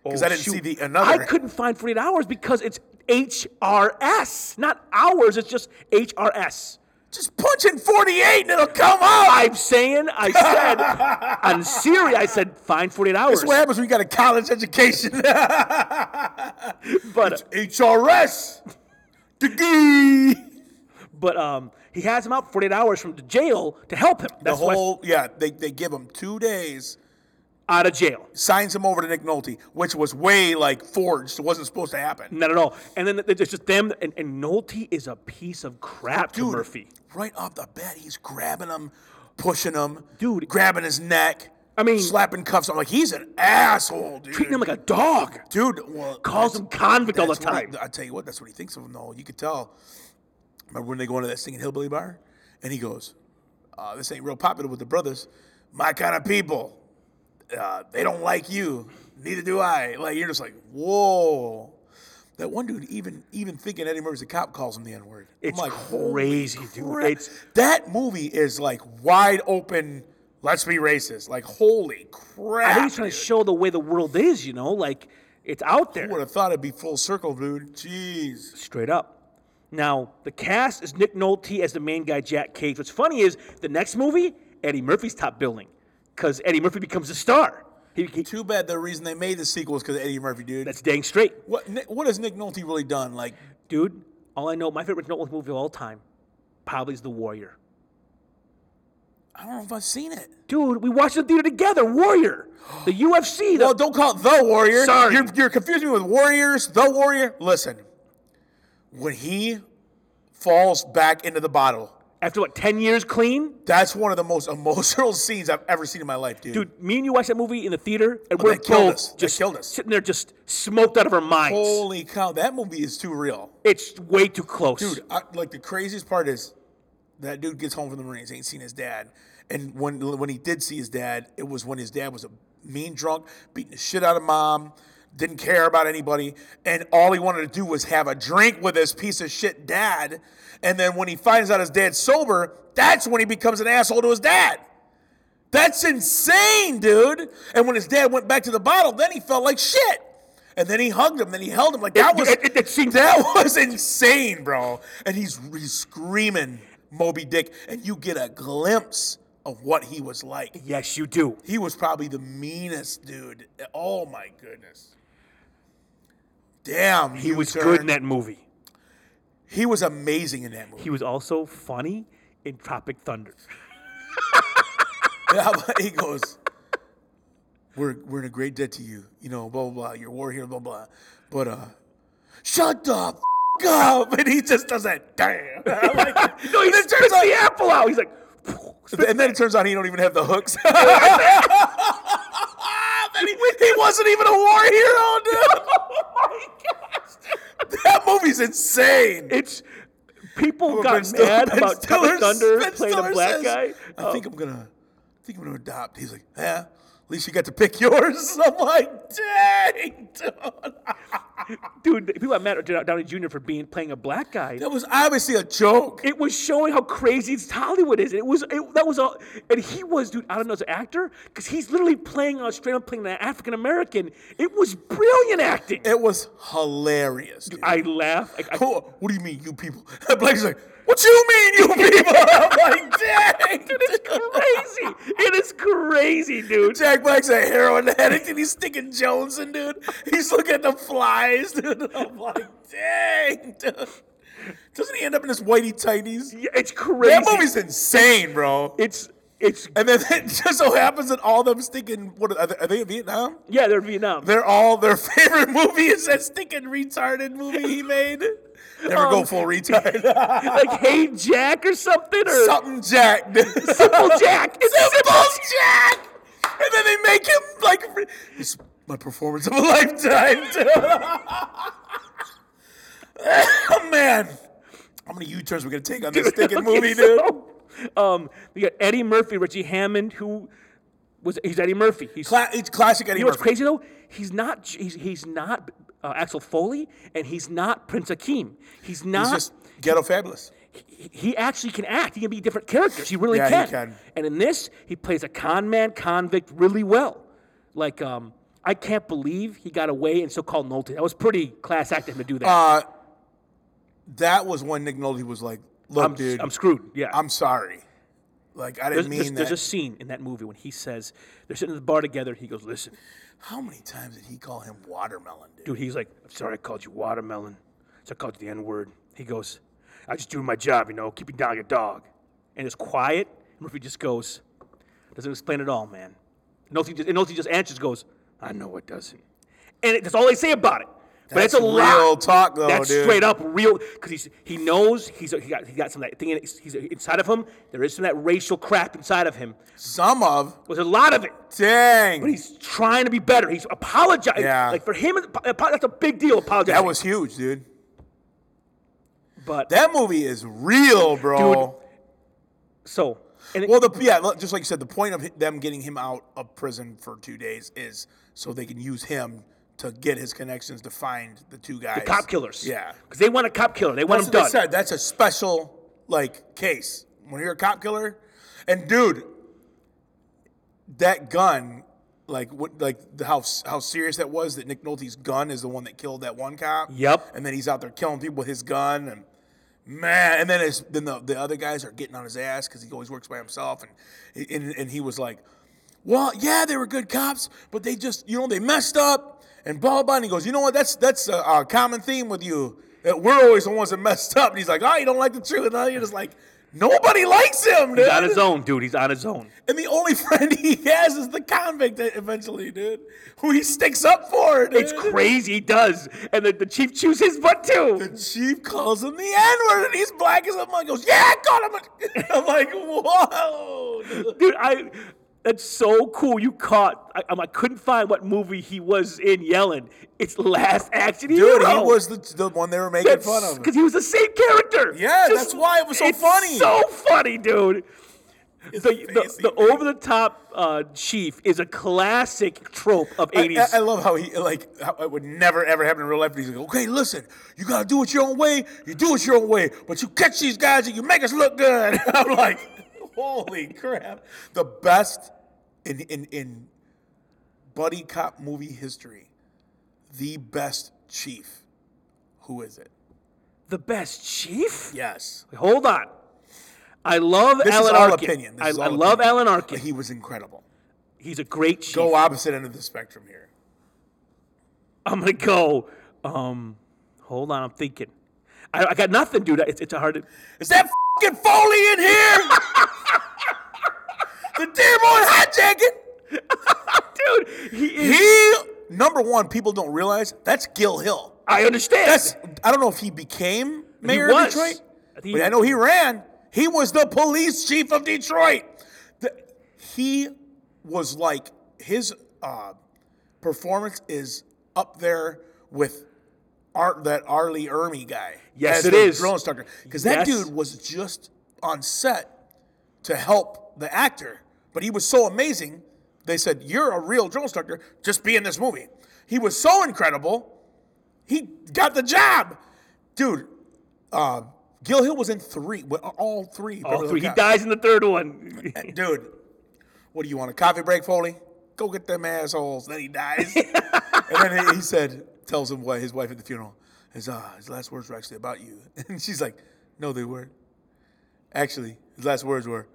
Speaker 2: because I didn't
Speaker 1: shoot.
Speaker 2: see the another.
Speaker 1: I couldn't find 48 hours because it's HRS, not hours. It's just HRS.
Speaker 2: *laughs* Just punch in 48 and it'll come out.
Speaker 1: I'm saying, I
Speaker 2: *laughs*
Speaker 1: said, on Siri, I said, find 48 hours.
Speaker 2: That's what happens when you got a college education. *laughs*
Speaker 1: But
Speaker 2: HRS. Degree.
Speaker 1: But um, he has him out for 48 hours from the jail to help him.
Speaker 2: The
Speaker 1: That's why
Speaker 2: whole, yeah, they, they give him two days,
Speaker 1: out of jail.
Speaker 2: signs him over to Nick Nolte, which was way like forged. It wasn't supposed to happen.
Speaker 1: Not at all. And then it's just them. And, and Nolte is a piece of crap to
Speaker 2: Dude,
Speaker 1: Murphy.
Speaker 2: Right off the bat, he's grabbing him, pushing him,
Speaker 1: Dude.
Speaker 2: grabbing his neck.
Speaker 1: I mean,
Speaker 2: slapping cuffs. I'm like, he's an asshole, dude.
Speaker 1: treating him like a dog.
Speaker 2: dude. Well,
Speaker 1: Calls
Speaker 2: that's-
Speaker 1: him convict all the
Speaker 2: that's what
Speaker 1: time.
Speaker 2: he- I tell you what, that's what he thinks of him though. You could tell. Remember when they go into that singing hillbilly bar, and he goes, uh, "This ain't real popular with the brothers. My kind of people, uh, they don't like you. Neither do I." Like you're just like, whoa. That one dude, even even thinking Eddie Murphy's a cop, calls him the N word.
Speaker 1: It's crazy, dude. It's-
Speaker 2: that movie is like wide open. Let's be racist. Like holy crap!
Speaker 1: I think he's trying to show the way the world is. You know, like it's out there.
Speaker 2: Would have thought it'd be full circle, dude. Jeez.
Speaker 1: straight up. Now, the cast is Nick Nolte as the main guy, Jack Cage. What's funny is the next movie, Eddie Murphy's top billing because Eddie Murphy becomes a star. He, he-
Speaker 2: Too bad the reason they made the sequel is because of Eddie Murphy, dude.
Speaker 1: that's dang straight.
Speaker 2: what Nick, what has Nick Nolte really done? Like,
Speaker 1: Dude, all I know, my favorite Nolte movie of all time probably is The Warrior.
Speaker 2: I don't know if I've seen it.
Speaker 1: Dude, we watched the theater together, Warrior. The UFC. The,
Speaker 2: Well, Oh, don't call it the Warrior.
Speaker 1: Sorry.
Speaker 2: you're, you're confusing me with Warriors. The Warrior. Listen, when he falls back into the bottle,
Speaker 1: after what, 10 years clean?
Speaker 2: that's one of the most *laughs* emotional scenes I've ever seen in my life, dude.
Speaker 1: Dude, me and you watched that movie in the theater, and
Speaker 2: Oh,
Speaker 1: we're
Speaker 2: that killed
Speaker 1: both
Speaker 2: us. That
Speaker 1: just
Speaker 2: killed us.
Speaker 1: sitting there just smoked out of our minds.
Speaker 2: Holy cow, that movie is too real.
Speaker 1: It's way too close.
Speaker 2: Dude, I, like the craziest part is that dude gets home from the Marines, ain't seen his dad, and when when he did see his dad, it was when his dad was a mean drunk, beating the shit out of mom, didn't care about anybody, and all he wanted to do was have a drink with his piece of shit dad, and then when he finds out his dad's sober, that's when he becomes an asshole to his dad. That's insane, dude. And when his dad went back to the bottle, then he felt like shit. And then he hugged him. Then he held him. Like that
Speaker 1: It-
Speaker 2: was
Speaker 1: it- it- it seems-
Speaker 2: that *laughs* was insane, bro. And he's, he's screaming Moby Dick, and you get a glimpse of what he was like.
Speaker 1: Yes, you do.
Speaker 2: He was probably the meanest dude. Oh my goodness. Damn,
Speaker 1: He was good in that movie.
Speaker 2: He was amazing in that movie.
Speaker 1: He was also funny in Tropic
Speaker 2: *laughs*
Speaker 1: Thunder. *laughs*
Speaker 2: Yeah, *laughs* but he goes, we're, we're in a great debt to you. You know, blah, blah, blah. You're a war hero, blah, blah. But, uh, shut the f- up. *laughs* And he just does that. Damn. *laughs* I'm like,
Speaker 1: No, he
Speaker 2: That
Speaker 1: spits
Speaker 2: turns out-
Speaker 1: the apple out. He's like, *laughs* spit-
Speaker 2: and then it turns out he don't even have the hooks. *laughs* That he, he wasn't even a war hero, dude. *laughs*
Speaker 1: oh my gosh.
Speaker 2: That movie's insane.
Speaker 1: It's people
Speaker 2: Ben
Speaker 1: got
Speaker 2: Stiller- *laughs*
Speaker 1: mad
Speaker 2: Ben
Speaker 1: about
Speaker 2: Stiller-
Speaker 1: Tropic Thunder
Speaker 2: Ben
Speaker 1: playing
Speaker 2: Stiller
Speaker 1: a black
Speaker 2: says,
Speaker 1: guy. Oh.
Speaker 2: I think I'm gonna, I think I'm gonna adopt. He's like, yeah. At least you got to pick *laughs* yours. I'm like, dang, dude.
Speaker 1: Dude, people got mad at Robert Downey Jr. for being playing a black guy.
Speaker 2: That was obviously a joke.
Speaker 1: It was showing how crazy it's Hollywood is. It was it, that was all, and he was, dude. I don't know, as an actor, because he's literally playing a straight up playing an African American. It was brilliant acting.
Speaker 2: It was hilarious. Dude.
Speaker 1: I laugh. I, *laughs* I
Speaker 2: Oh, what do you mean, you people? *laughs* Blake's like, what you mean, you people? *laughs*
Speaker 1: *laughs*
Speaker 2: I'm like, dang.
Speaker 1: Dude, it's crazy. it is crazy, dude.
Speaker 2: Jack Black's a heroin addict and he's sticking Jones in, dude. He's looking at the flies, dude. *laughs* I'm like, dang, dude. Doesn't he end up in his whitey tighties?
Speaker 1: Yeah, It's crazy.
Speaker 2: That movie's insane, bro.
Speaker 1: It's it's
Speaker 2: And then *laughs* it just so happens that all them stinking, what are they, are they in Vietnam?
Speaker 1: yeah, they're in Vietnam.
Speaker 2: They're all, their *laughs* favorite movie is that stinking retarded movie he made. Never go
Speaker 1: Um,
Speaker 2: full retard.
Speaker 1: *laughs* like Hey Jack or something or
Speaker 2: Something Jack. *laughs* dude.
Speaker 1: Simple Jack. It's Simple.
Speaker 2: Symbols Jack! And then they make him like re- it's my performance of a *laughs* lifetime. dude. *laughs* oh man. How many U-turns we're gonna take
Speaker 1: *laughs*
Speaker 2: on this stinking movie, dude?
Speaker 1: dude. um, we got Eddie Murphy, Richie Hammond, who was he's Eddie Murphy. He's
Speaker 2: Cla- it's classic Eddie
Speaker 1: you know what's
Speaker 2: Murphy.
Speaker 1: crazy though? He's not J- he's, he's not uh, Axel Foley and he's not Prince Akeem. He's not.
Speaker 2: He's just ghetto fabulous.
Speaker 1: he- he actually can act. He can be different characters. He really
Speaker 2: Yeah, he
Speaker 1: can.
Speaker 2: can.
Speaker 1: And in this, he plays a con man convict really well. Like, um, I can't believe he got away in so-called Nolte. That was pretty class act of him to do that.
Speaker 2: Uh, that was when Nick Nolte was like, "Look,
Speaker 1: I'm,
Speaker 2: Um, dude,
Speaker 1: I'm
Speaker 2: I'm,
Speaker 1: screwed. Yeah.
Speaker 2: sorry. Like, I
Speaker 1: there's,
Speaker 2: didn't
Speaker 1: there's-
Speaker 2: mean
Speaker 1: there's
Speaker 2: that."
Speaker 1: a scene in that movie when he says they're sitting at the bar together. He goes, "Listen,
Speaker 2: How many times did he call him watermelon, dude?
Speaker 1: dude." He's like, "I'm sorry, I called you watermelon. So I called you the N-word." He goes, "I just doing my job, you know, keeping down your dog." And it's quiet. Murphy just goes, Doesn't explain it all, man. Nolte just, and Nolte just answers, goes, I know it doesn't. And it, that's all they say about it. But it's a
Speaker 2: real
Speaker 1: lot.
Speaker 2: talk, though,
Speaker 1: That's
Speaker 2: dude.
Speaker 1: straight up real because he's he knows he's he got he got some of that thing in, he's inside of him. There is some of that racial crap inside of him.
Speaker 2: Some of
Speaker 1: There's a lot of it. But
Speaker 2: dang,
Speaker 1: he's trying to be better. He's apologizing.
Speaker 2: Yeah.
Speaker 1: Like for him, apo- that's a big deal. Apologizing.
Speaker 2: that was huge, dude.
Speaker 1: But
Speaker 2: That movie is real, bro.
Speaker 1: Dude, so and it,
Speaker 2: Well, the yeah, look, just like you said, the point of hi- them getting him out of prison for two days is so they can use him to get his connections to find the two guys,
Speaker 1: cop killers.
Speaker 2: Yeah,
Speaker 1: Because they want a cop killer. They want
Speaker 2: that's
Speaker 1: him
Speaker 2: what
Speaker 1: done.
Speaker 2: they said. That's a special like case when you're a cop killer, and dude, that gun, like what, like the how how serious that was that Nick Nolte's gun is the one that killed that one cop.
Speaker 1: Yep.
Speaker 2: and then he's out there killing people with his gun and. Man, and then his, then the, the other guys are getting on his ass because he always works by himself, and, and and he was like, "Well, yeah, they were good cops, but they just you know they messed up." And blah blah. blah. And he goes, "You know what? That's that's a, a common theme with you. That we're always the ones that messed up." And he's like, "Oh, you don't like the truth." And you're just like, "Nobody likes him, dude."
Speaker 1: He's on his own, dude. He's on his own.
Speaker 2: And the only *laughs* friend he has is the convict eventually, dude, who he sticks up for. Dude.
Speaker 1: It's crazy. He does. And the, the chief chews his butt too.
Speaker 2: The chief calls him the N word, and he's black as a mug. Goes, yeah, I caught him. *laughs* I'm like, whoa. dude."
Speaker 1: Dude, I. That's so cool. You caught. I, I'm- I couldn't find what movie he was in yelling. It's Last Action Hero.
Speaker 2: Dude, he was the, the one they were making fun of.
Speaker 1: because he was the same character.
Speaker 2: Yeah, that's why it was so
Speaker 1: it's
Speaker 2: funny.
Speaker 1: So funny, dude. The,
Speaker 2: face
Speaker 1: the,
Speaker 2: he
Speaker 1: the
Speaker 2: made.
Speaker 1: over the top uh, chief is a classic trope of
Speaker 2: I-
Speaker 1: 80s.
Speaker 2: I, I love how he like how it would never ever happen in real life. But he's like, okay, listen, you gotta do it your own way. You do it your own way, but you catch these guys and you make us look good. *laughs* I'm like, holy crap! The best in in in buddy cop movie history, the best chief. Who is it?
Speaker 1: the best chief?
Speaker 2: Yes,
Speaker 1: Hold on. I love
Speaker 2: this
Speaker 1: Alan
Speaker 2: is all
Speaker 1: Arkin.
Speaker 2: opinion. This
Speaker 1: I,
Speaker 2: is
Speaker 1: I
Speaker 2: all
Speaker 1: love
Speaker 2: opinion.
Speaker 1: Alan Arkin.
Speaker 2: But He was incredible.
Speaker 1: He's a great chief.
Speaker 2: Go opposite end of the spectrum here.
Speaker 1: I'm gonna go. Um, hold on, I'm thinking. I, I got nothing, dude. It's, it's a hard.
Speaker 2: Is that fing Foley in here? *laughs* the Dearborn hijacking.
Speaker 1: Dude, he is.
Speaker 2: He number one, people don't realize that's Gil Hill.
Speaker 1: I understand.
Speaker 2: That's I don't know if he became mayor of
Speaker 1: was.
Speaker 2: Detroit,
Speaker 1: I think
Speaker 2: but
Speaker 1: he-
Speaker 2: I know he ran. He was the police chief of Detroit. The- he was like his uh, performance is up there with Art that Arlie Ermy guy.
Speaker 1: Yes,
Speaker 2: as
Speaker 1: it
Speaker 2: the
Speaker 1: is.
Speaker 2: Drill instructor because that
Speaker 1: Yes.
Speaker 2: dude was just on set to help the actor, but he was so amazing. They said, "You're a real drill instructor. Just be in this movie." He was so incredible. He got the job, dude. Uh, Gil Hill was in three, with all three.
Speaker 1: all
Speaker 2: Beverly
Speaker 1: three. He
Speaker 2: Hills
Speaker 1: dies in the third
Speaker 2: *laughs*
Speaker 1: one.
Speaker 2: Cops. dude. What do you want? A coffee break, Foley? Go get them assholes. Then he dies, and then he, he said, tells him what his wife at the funeral his uh, his last words were actually about you, *laughs* and she's like, "No, they weren't. Actually, his last words were."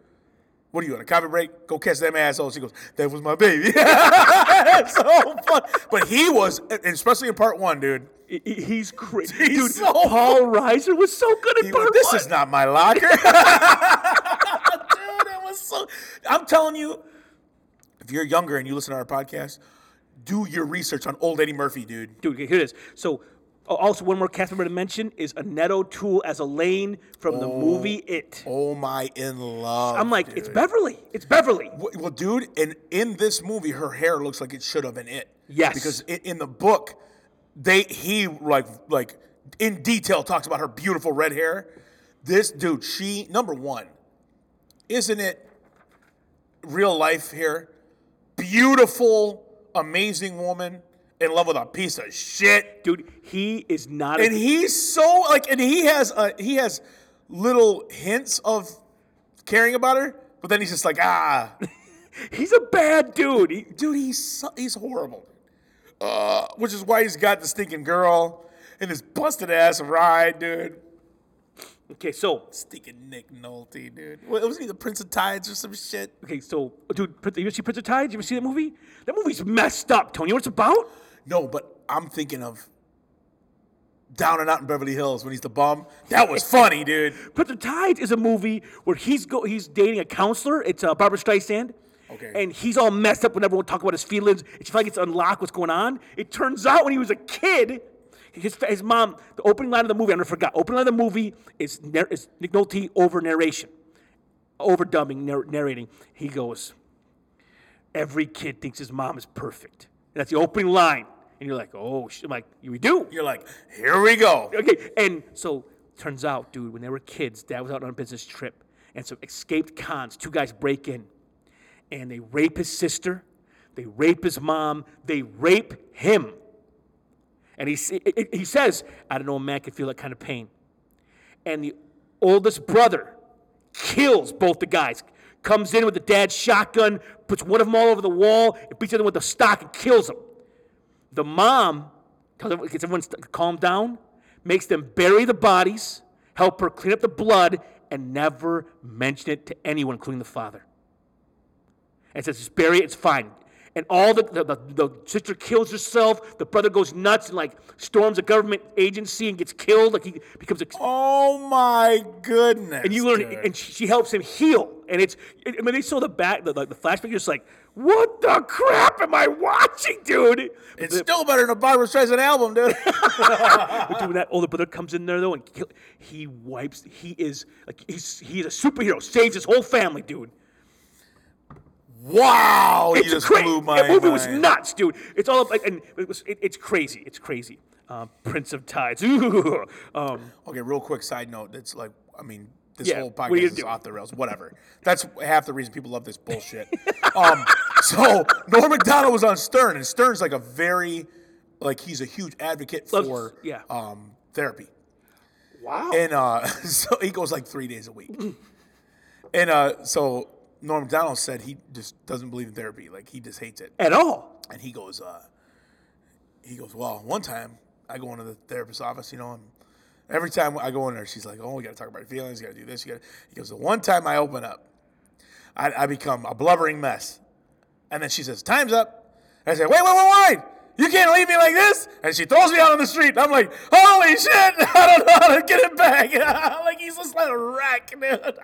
Speaker 2: What do you want? A coffee break? Go catch them assholes. She goes, That was my baby. *laughs* It's so fun. But he was, especially in part one, dude.
Speaker 1: He- he- He's crazy.
Speaker 2: He's
Speaker 1: Dude,
Speaker 2: so-
Speaker 1: Paul Reiser was so good at
Speaker 2: He
Speaker 1: part
Speaker 2: went, this
Speaker 1: one.
Speaker 2: is not my locker. *laughs* Dude, that was so. I'm telling you, if you're younger and you listen to our podcast, do your research on old Eddie Murphy, dude.
Speaker 1: Dude, here it is. So, oh, also, one more cast member to mention is Annette O'Toole as Elaine from the movie It.
Speaker 2: Oh my, in love.
Speaker 1: I'm like, it's
Speaker 2: dude.
Speaker 1: Beverly. It's Beverly.
Speaker 2: W- Well, dude, and in this movie, her hair looks like it should have been it.
Speaker 1: Yes.
Speaker 2: because i- in the book, they he like like in detail talks about her beautiful red hair. This dude, she number one, isn't it? Real life here, beautiful, amazing woman in love with a piece of shit
Speaker 1: Dude, he is not.
Speaker 2: and
Speaker 1: a,
Speaker 2: he's so like and he has uh he has little hints of caring about her but then he's just like ah
Speaker 1: he's a bad dude. He,
Speaker 2: dude he's so, he's horrible uh, which is why he's got the stinking girl and his busted ass ride dude
Speaker 1: okay, so
Speaker 2: stinking nick nolte dude Wa- wasn't he the prince of tides or some shit
Speaker 1: okay, so dude, Prince- you ever see Prince of Tides? You ever see that movie? That movie's messed up, Tony. You know what it's about?
Speaker 2: no but i'm thinking of down and out in beverly hills when he's the bum that was funny dude
Speaker 1: Prince of Tides is a movie where he's go he's dating a counselor. It's uh, Barbara Streisand.
Speaker 2: Okay.
Speaker 1: And he's all messed up when everyone talk about his feelings. It's like it's unlocked what's going on. It turns out when he was a kid, his, his mom, the opening line of the movie, I never forgot. Opening line of the movie is, nar- is Nick Nolte over narration, over dubbing, narr- narrating. He goes, Every kid thinks his mom is perfect. That's the opening line. And you're like, Oh, sh-. I'm like, We do.
Speaker 2: You're like, here we go.
Speaker 1: Okay, and so turns out, dude, when they were kids, dad was out on a business trip, and some escaped cons, two guys break in, and they rape his sister, they rape his mom, they rape him. And he, s- i- i- he says, I don't know, a man can feel that kind of pain. And the oldest brother kills both the guys, comes in with the dad's shotgun, puts one of them all over the wall, and beats the other one with a stock and kills him. The mom tells everyone, gets everyone st- calmed down, makes them bury the bodies, help her clean up the blood, and never mention it to anyone, including the father. And says, just bury it, it's fine. And all the, the, the, the sister kills herself, the brother goes nuts and like storms a government agency and gets killed, like he becomes a
Speaker 2: Oh my goodness.
Speaker 1: and you learn,
Speaker 2: dude.
Speaker 1: and she she helps him heal. And it's, I mean, they saw the back, the, the, the flashback. You're just like, what the crap am I watching, dude?
Speaker 2: it's still better than a Barbara Streisand album,
Speaker 1: *laughs*
Speaker 2: dude.
Speaker 1: But dude, when that older brother comes in there though and kill, he wipes. He is like he's he's a superhero. Saves his whole family, dude.
Speaker 2: wow, you
Speaker 1: It's
Speaker 2: just
Speaker 1: crazy.
Speaker 2: blew my
Speaker 1: that movie was
Speaker 2: mind.
Speaker 1: nuts, dude. It's all up, like, and it was, it, it's crazy. It's crazy. Um, Prince of Tides. *laughs* Ooh. Um,
Speaker 2: Okay, real quick side note. That's like, I mean, this
Speaker 1: Yeah,
Speaker 2: whole
Speaker 1: what are you
Speaker 2: podcast is
Speaker 1: doing?
Speaker 2: off the rails. Whatever. That's half the reason people love this bullshit. *laughs* um, so Norm Macdonald was on Stern, and Stern's like a very, like he's a huge advocate
Speaker 1: Loves-
Speaker 2: for
Speaker 1: yeah.
Speaker 2: um, therapy,
Speaker 1: wow.
Speaker 2: and uh, *laughs* so he goes like three days a week. and uh, so Norm Macdonald said he just doesn't believe in therapy. Like he just hates it.
Speaker 1: At all.
Speaker 2: And he goes, uh, he goes, well, one time I go into the therapist's office, you know, and every time I go in there, she's like, oh, we got to talk about your feelings, you got to do this, you got. He goes, the one time I open up, I, I become a blubbering mess, and then she says, time's up. I say, wait, wait, wait, wait. You can't leave me like this. And she throws me out on the street. And I'm like, holy shit, *laughs* I don't know how to get it back. *laughs* like, he's just like a wreck, dude. *laughs* he's like,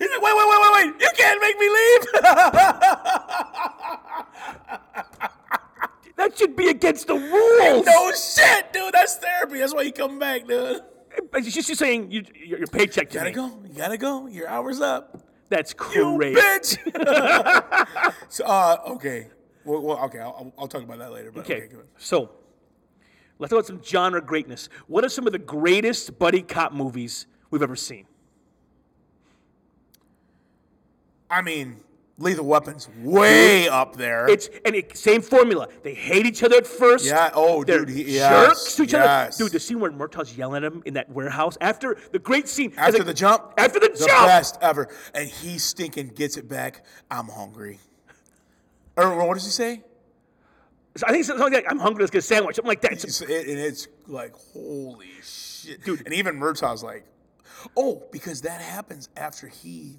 Speaker 2: wait, wait, wait, wait, wait. You can't make me leave. *laughs*
Speaker 1: That should be against the rules.
Speaker 2: No shit, dude. That's therapy. That's why you come back, dude.
Speaker 1: But She's just saying you, your, your paycheck to
Speaker 2: Gotta
Speaker 1: me.
Speaker 2: go. You gotta go. Your hour's up.
Speaker 1: That's
Speaker 2: You
Speaker 1: crazy.
Speaker 2: bitch. *laughs* so, uh, okay. Well, well okay. I'll, I'll- I'll talk about that later. But okay.
Speaker 1: Okay,
Speaker 2: go ahead.
Speaker 1: so let's talk about some genre greatness. What are some of the greatest buddy cop movies we've ever seen?
Speaker 2: I mean, Lethal Weapon's way up there.
Speaker 1: It's and it, same formula. They hate each other at first.
Speaker 2: Yeah, oh,
Speaker 1: They're
Speaker 2: dude, he-
Speaker 1: jerks
Speaker 2: yes,
Speaker 1: to each
Speaker 2: yes.
Speaker 1: other. Dude, the scene where Murtaugh's yelling at him in that warehouse after the great scene as
Speaker 2: after
Speaker 1: a-
Speaker 2: the jump.
Speaker 1: After the,
Speaker 2: the
Speaker 1: jump.
Speaker 2: best ever. And he stinking gets it back. I'm hungry. Or what does he say?
Speaker 1: So I think something like I'm hungry. Let's get a sandwich. Something like that. It's-
Speaker 2: It's, it, and it's like, holy shit. Dude. And even Murtaugh's like, oh, because that happens after he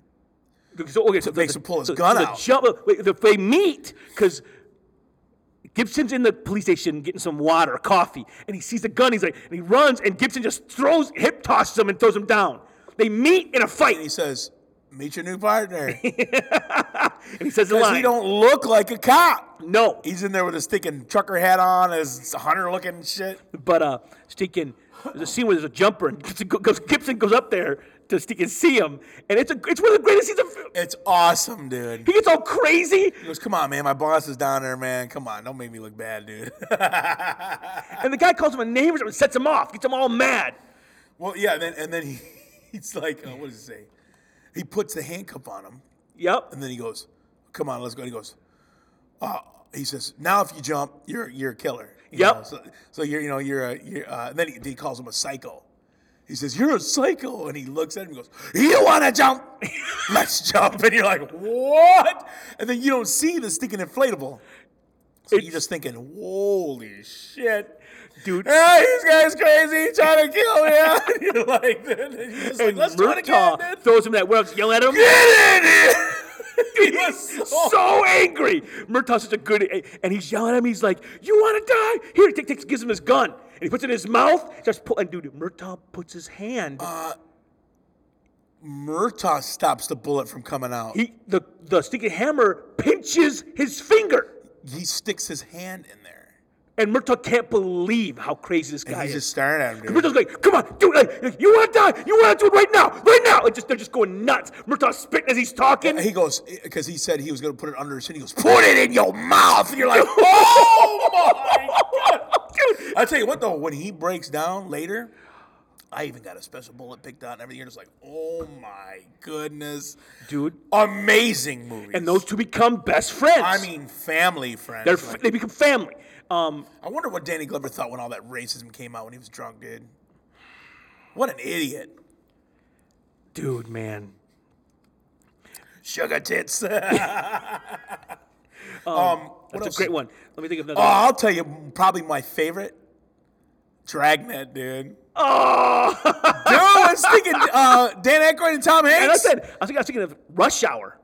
Speaker 1: So, okay, so
Speaker 2: makes
Speaker 1: the-
Speaker 2: him pull his
Speaker 1: so-
Speaker 2: gun
Speaker 1: so
Speaker 2: out.
Speaker 1: The jump, wait, the, they meet because Gibson's in the police station getting some water, or coffee, and he sees the gun. He's like, and he runs, and Gibson just throws, hip tosses him, and throws him down. They meet in a fight,
Speaker 2: he says, "Meet your new *laughs* partner."
Speaker 1: and he says the
Speaker 2: Because
Speaker 1: line.
Speaker 2: he don't look like a cop.
Speaker 1: no,
Speaker 2: He's in there with his thinking trucker hat on, his hunter looking shit.
Speaker 1: but uh, Steakin, there's a scene where there's a jumper, and Gibson go- goes, Gibson goes up there to Steakin see him, and it's a, it's one of the greatest scenes. Of,
Speaker 2: It's awesome, dude.
Speaker 1: he gets all crazy,
Speaker 2: He goes, "Come on, man. My boss is down there, man. Come on, don't make me look bad, dude." *laughs*
Speaker 1: and the guy calls him a name or something, sets him off, gets him all mad.
Speaker 2: well, yeah. Then and then he, *laughs* he's like, uh, "What does he say?" He puts the handcuff on him,
Speaker 1: Yep.
Speaker 2: and then he goes, "Come on, let's go." And he goes, uh, "He says, now if you jump, you're you're a killer." You
Speaker 1: Yep.
Speaker 2: know, so, so you're you know you're a you're uh, and then he, he calls him a psycho. He says, "You're a psycho," and he looks at him and goes, "You want to jump?
Speaker 1: *laughs*
Speaker 2: Let's jump!" And you're like, "What?" And then you don't see the stinking inflatable. So
Speaker 1: It's-
Speaker 2: you're just thinking, "Holy shit!"
Speaker 1: Dude.
Speaker 2: ah, this guy's crazy, He's trying to kill me. *laughs* And you're like, *laughs* and you're just like,
Speaker 1: And
Speaker 2: "Let's do it again."
Speaker 1: Murtaugh
Speaker 2: dude."
Speaker 1: throws him that warehouse, yelling at him.
Speaker 2: *laughs* Get in here! *laughs*
Speaker 1: Dude, *laughs*
Speaker 2: He was
Speaker 1: he's
Speaker 2: so-
Speaker 1: so angry. Murtaugh's such a good, and he's yelling at him. He's like, "You want to die? Here!" He takes, takes- gives him his gun, and he puts it in his mouth. Starts pulling. Dude, Murtaugh puts his hand.
Speaker 2: Murtaugh stops the bullet from coming out. He,
Speaker 1: he the the stinking hammer pinches his finger.
Speaker 2: sticks his hand in there.
Speaker 1: And Murtaugh can't believe how crazy this
Speaker 2: And
Speaker 1: guy
Speaker 2: he's
Speaker 1: is.
Speaker 2: just staring at him, dude.
Speaker 1: Murtaugh's like, come on, dude, like, like, you want to die? You want to do it right now, right now? Like, just they're just going nuts. Murtaugh's spitting as he's talking.
Speaker 2: He goes, because he said he was going to put it under his chin. He goes, put it in your mouth. And
Speaker 1: *laughs*
Speaker 2: you're like, oh my
Speaker 1: dude,
Speaker 2: I tell you what though, when he breaks down later, I even got a special bullet picked out and everything. You're just like, oh my goodness,
Speaker 1: *laughs* dude,
Speaker 2: amazing movie.
Speaker 1: and those two become best friends.
Speaker 2: I mean, family friends.
Speaker 1: they're
Speaker 2: Like,
Speaker 1: f- they become family. Um,
Speaker 2: I wonder what Danny Glover thought when all that racism came out when he was drunk, dude. What an idiot,
Speaker 1: dude, man,
Speaker 2: sugar tits. *laughs* um, what
Speaker 1: that's
Speaker 2: else?
Speaker 1: a great one. Let me think of another.
Speaker 2: Oh,
Speaker 1: one.
Speaker 2: I'll tell you, probably my favorite. Dragnet,
Speaker 1: *laughs*
Speaker 2: dude.
Speaker 1: Oh,
Speaker 2: Dude, I was thinking uh, Dan Aykroyd and Tom Hanks.
Speaker 1: and I said, I was thinking- I was thinking of Rush Hour.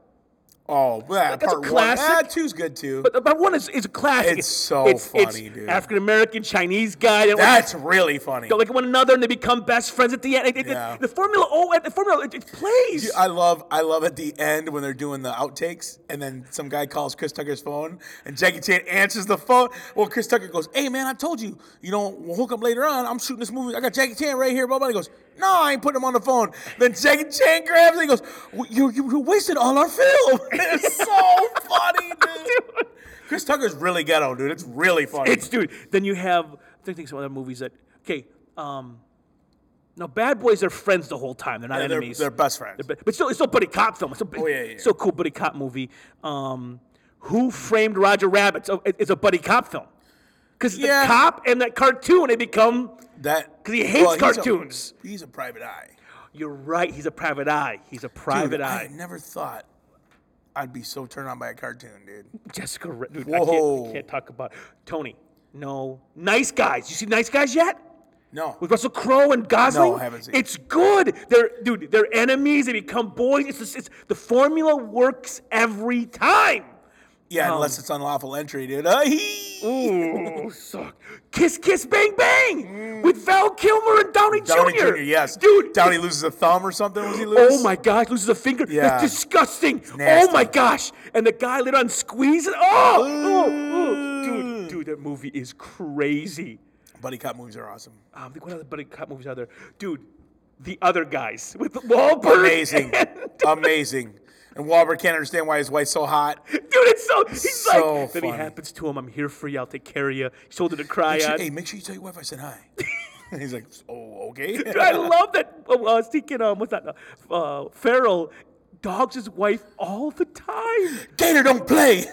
Speaker 2: oh, yeah,
Speaker 1: That's a
Speaker 2: part
Speaker 1: classic.
Speaker 2: one. Ah, two's good too.
Speaker 1: But, but one is, is a classic.
Speaker 2: It's so funny, dude.
Speaker 1: African American, Chinese guy. They don't like,
Speaker 2: That's really funny.
Speaker 1: don't like one another, and they become best friends at the end. It- it-
Speaker 2: Yeah.
Speaker 1: The formula, oh, the formula, it, it plays.
Speaker 2: I love I love at the end when they're doing the outtakes and then some guy calls Chris Tucker's phone and Jackie Chan answers the phone. Well, Chris Tucker goes, "Hey man, I told you, you know, we'll hook up later on. I'm shooting this movie. I got Jackie Chan right here." Blah blah. He goes, "No, I ain't putting him on the phone." Then Jackie Chan grabs him and goes, well, you, you you wasted all our film." *laughs* It's so funny, dude. Chris Tucker's really ghetto, dude. It's really funny.
Speaker 1: It's dude. Then you have I think, think some other movies that okay. Um, no, Bad Boys are friends the whole time. They're not
Speaker 2: Yeah, they're-
Speaker 1: enemies.
Speaker 2: they're best friends.
Speaker 1: They're be- but still, it's still a buddy cop film. It's a,
Speaker 2: Oh, yeah, yeah.
Speaker 1: Still a cool buddy cop movie. Um, Who framed Roger Rabbit? It's a, it's a buddy cop film. Because
Speaker 2: Yeah.
Speaker 1: the cop and that cartoon, they become.
Speaker 2: that
Speaker 1: 'Cause he hates
Speaker 2: he's a-
Speaker 1: cartoons.
Speaker 2: he's a private eye.
Speaker 1: You're right. He's a private eye. He's a private
Speaker 2: Dude, I
Speaker 1: eye.
Speaker 2: never thought I'd be so turned on by a cartoon, dude.
Speaker 1: Jessica. Re- Dude, I, can't, I
Speaker 2: Whoa.
Speaker 1: can't talk about Tony. No, Nice Guys. You see Nice Guys yet? *laughs*
Speaker 2: No.
Speaker 1: with Russell Crowe and Gosling.
Speaker 2: No, I haven't seen it.
Speaker 1: It's good. They're dude. They're enemies. They become boys. It's, just, it's the formula works every time.
Speaker 2: Yeah, unless it's unlawful entry, dude. Uh, he- Oh.
Speaker 1: Ooh, suck. Kiss, kiss, bang, bang with Val Kilmer and Downey,
Speaker 2: Mm. Downey
Speaker 1: Jr.
Speaker 2: Jr. Yes,
Speaker 1: dude.
Speaker 2: Downey loses a thumb or something. Was he lose?
Speaker 1: Oh my gosh, loses a finger.
Speaker 2: Yeah.
Speaker 1: That's disgusting.
Speaker 2: nasty.
Speaker 1: Oh my gosh. And the guy later on squeezes. Oh, oh, oh.
Speaker 2: Ooh.
Speaker 1: dude, dude, that movie is crazy.
Speaker 2: Buddy cop movies
Speaker 1: *laughs*
Speaker 2: are awesome.
Speaker 1: Um, think what other buddy cop movies are there? Dude, The Other Guys with Wahlberg.
Speaker 2: *laughs* Amazing,
Speaker 1: *laughs* and-
Speaker 2: amazing. And Wahlberg can't understand why his wife's so hot.
Speaker 1: dude, it's so. He's
Speaker 2: So
Speaker 1: like. Then he
Speaker 2: funny.
Speaker 1: happens to him. I'm here for you. I'll take care of you. He's told her to cry
Speaker 2: She-
Speaker 1: on.
Speaker 2: hey, make sure you tell your wife I
Speaker 1: *laughs*
Speaker 2: said hi. He's like, oh, okay.
Speaker 1: Dude, I love that. Oh, I was thinking, um, what's that? Uh, Farrell dogs his wife all the time.
Speaker 2: *laughs*
Speaker 1: *laughs*
Speaker 2: Gator don't play.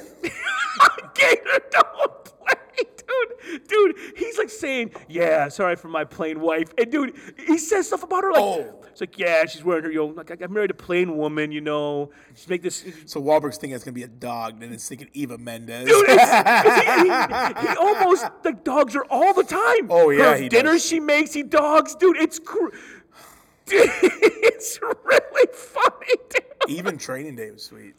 Speaker 1: Gator don't play, dude. Dude, he's like saying, "Yeah, sorry for my plain wife," and dude, he says stuff about her like,
Speaker 2: Oh.
Speaker 1: "It's like, yeah, she's wearing her, you know, like I- I'm married a plain woman, you know, she's make this." Dude,
Speaker 2: So Wahlberg's thinking it's gonna be a dog, then it's thinking Eva Mendes.
Speaker 1: it's,
Speaker 2: *laughs*
Speaker 1: 'cause he, he, he almost like dogs her all the time.
Speaker 2: Oh, yeah,
Speaker 1: Her
Speaker 2: he
Speaker 1: dinner
Speaker 2: does.
Speaker 1: she makes, he dogs, dude. It's cr- *laughs* dude, it's really funny, dude.
Speaker 2: Even Training Day was sweet.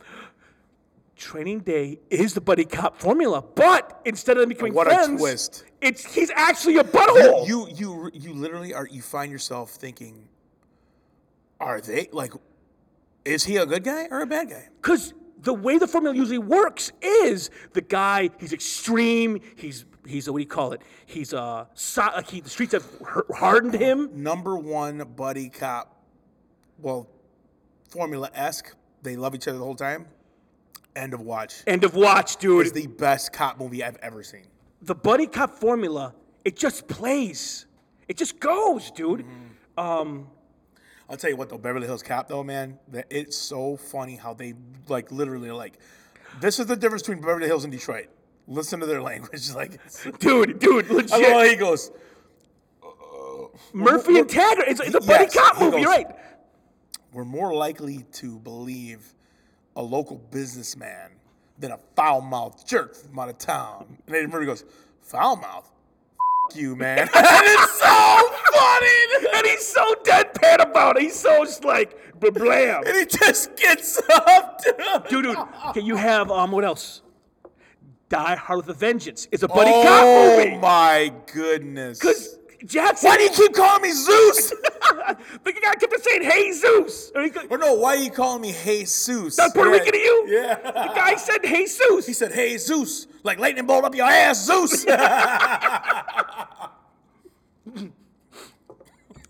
Speaker 1: Training Day is the buddy cop formula, but instead of them becoming
Speaker 2: What a
Speaker 1: friends,
Speaker 2: twist.
Speaker 1: It's he's actually a butthole.
Speaker 2: you you you literally are you find yourself thinking are they like is he a good guy or a bad guy
Speaker 1: Because the way the formula usually works is the guy he's extreme. He's he's what do you call it? He's uh so, like he, the streets have har- hardened him.
Speaker 2: number one buddy cop well formula-esque they love each other the whole time end of watch
Speaker 1: End of watch,
Speaker 2: is
Speaker 1: dude.
Speaker 2: the best cop movie i've ever seen
Speaker 1: The buddy cop formula it just plays. It just goes, dude.
Speaker 2: i'll tell you what though beverly hills cop though man that it's so funny how they like literally like this is the difference between beverly hills and detroit listen to their *laughs* language like it's,
Speaker 1: Dude, dude,
Speaker 2: I love how
Speaker 1: legit.
Speaker 2: he goes
Speaker 1: Murphy and Taggart. It's, it's a buddy
Speaker 2: Yes,
Speaker 1: cop
Speaker 2: he
Speaker 1: movie,
Speaker 2: goes-
Speaker 1: right?
Speaker 2: we're more likely to believe a local businessman than a foul mouthed jerk from out of town. And then Murphy goes, foul mouth? F you, man.
Speaker 1: And
Speaker 2: *laughs*
Speaker 1: it's so funny. And he's so deadpan about it. He's so just like blah, blam.
Speaker 2: and he just gets up, dude.
Speaker 1: dude, dude. Okay, you have um, what else? Die Hard with a Vengeance is a buddy
Speaker 2: oh
Speaker 1: cop movie.
Speaker 2: my goodness.
Speaker 1: 'Cause Jackson, uh,
Speaker 2: Why do you keep calling me Zeus?
Speaker 1: but you gotta keep on saying Jesus. Or he could-
Speaker 2: *laughs* or no, why are you calling me Jesus?
Speaker 1: That's Puerto Rican to you?
Speaker 2: Yeah. *laughs*
Speaker 1: The guy said
Speaker 2: He
Speaker 1: Jesus.
Speaker 2: said, Hey Zeus, Like lightning bolt up your ass, Zeus. *laughs*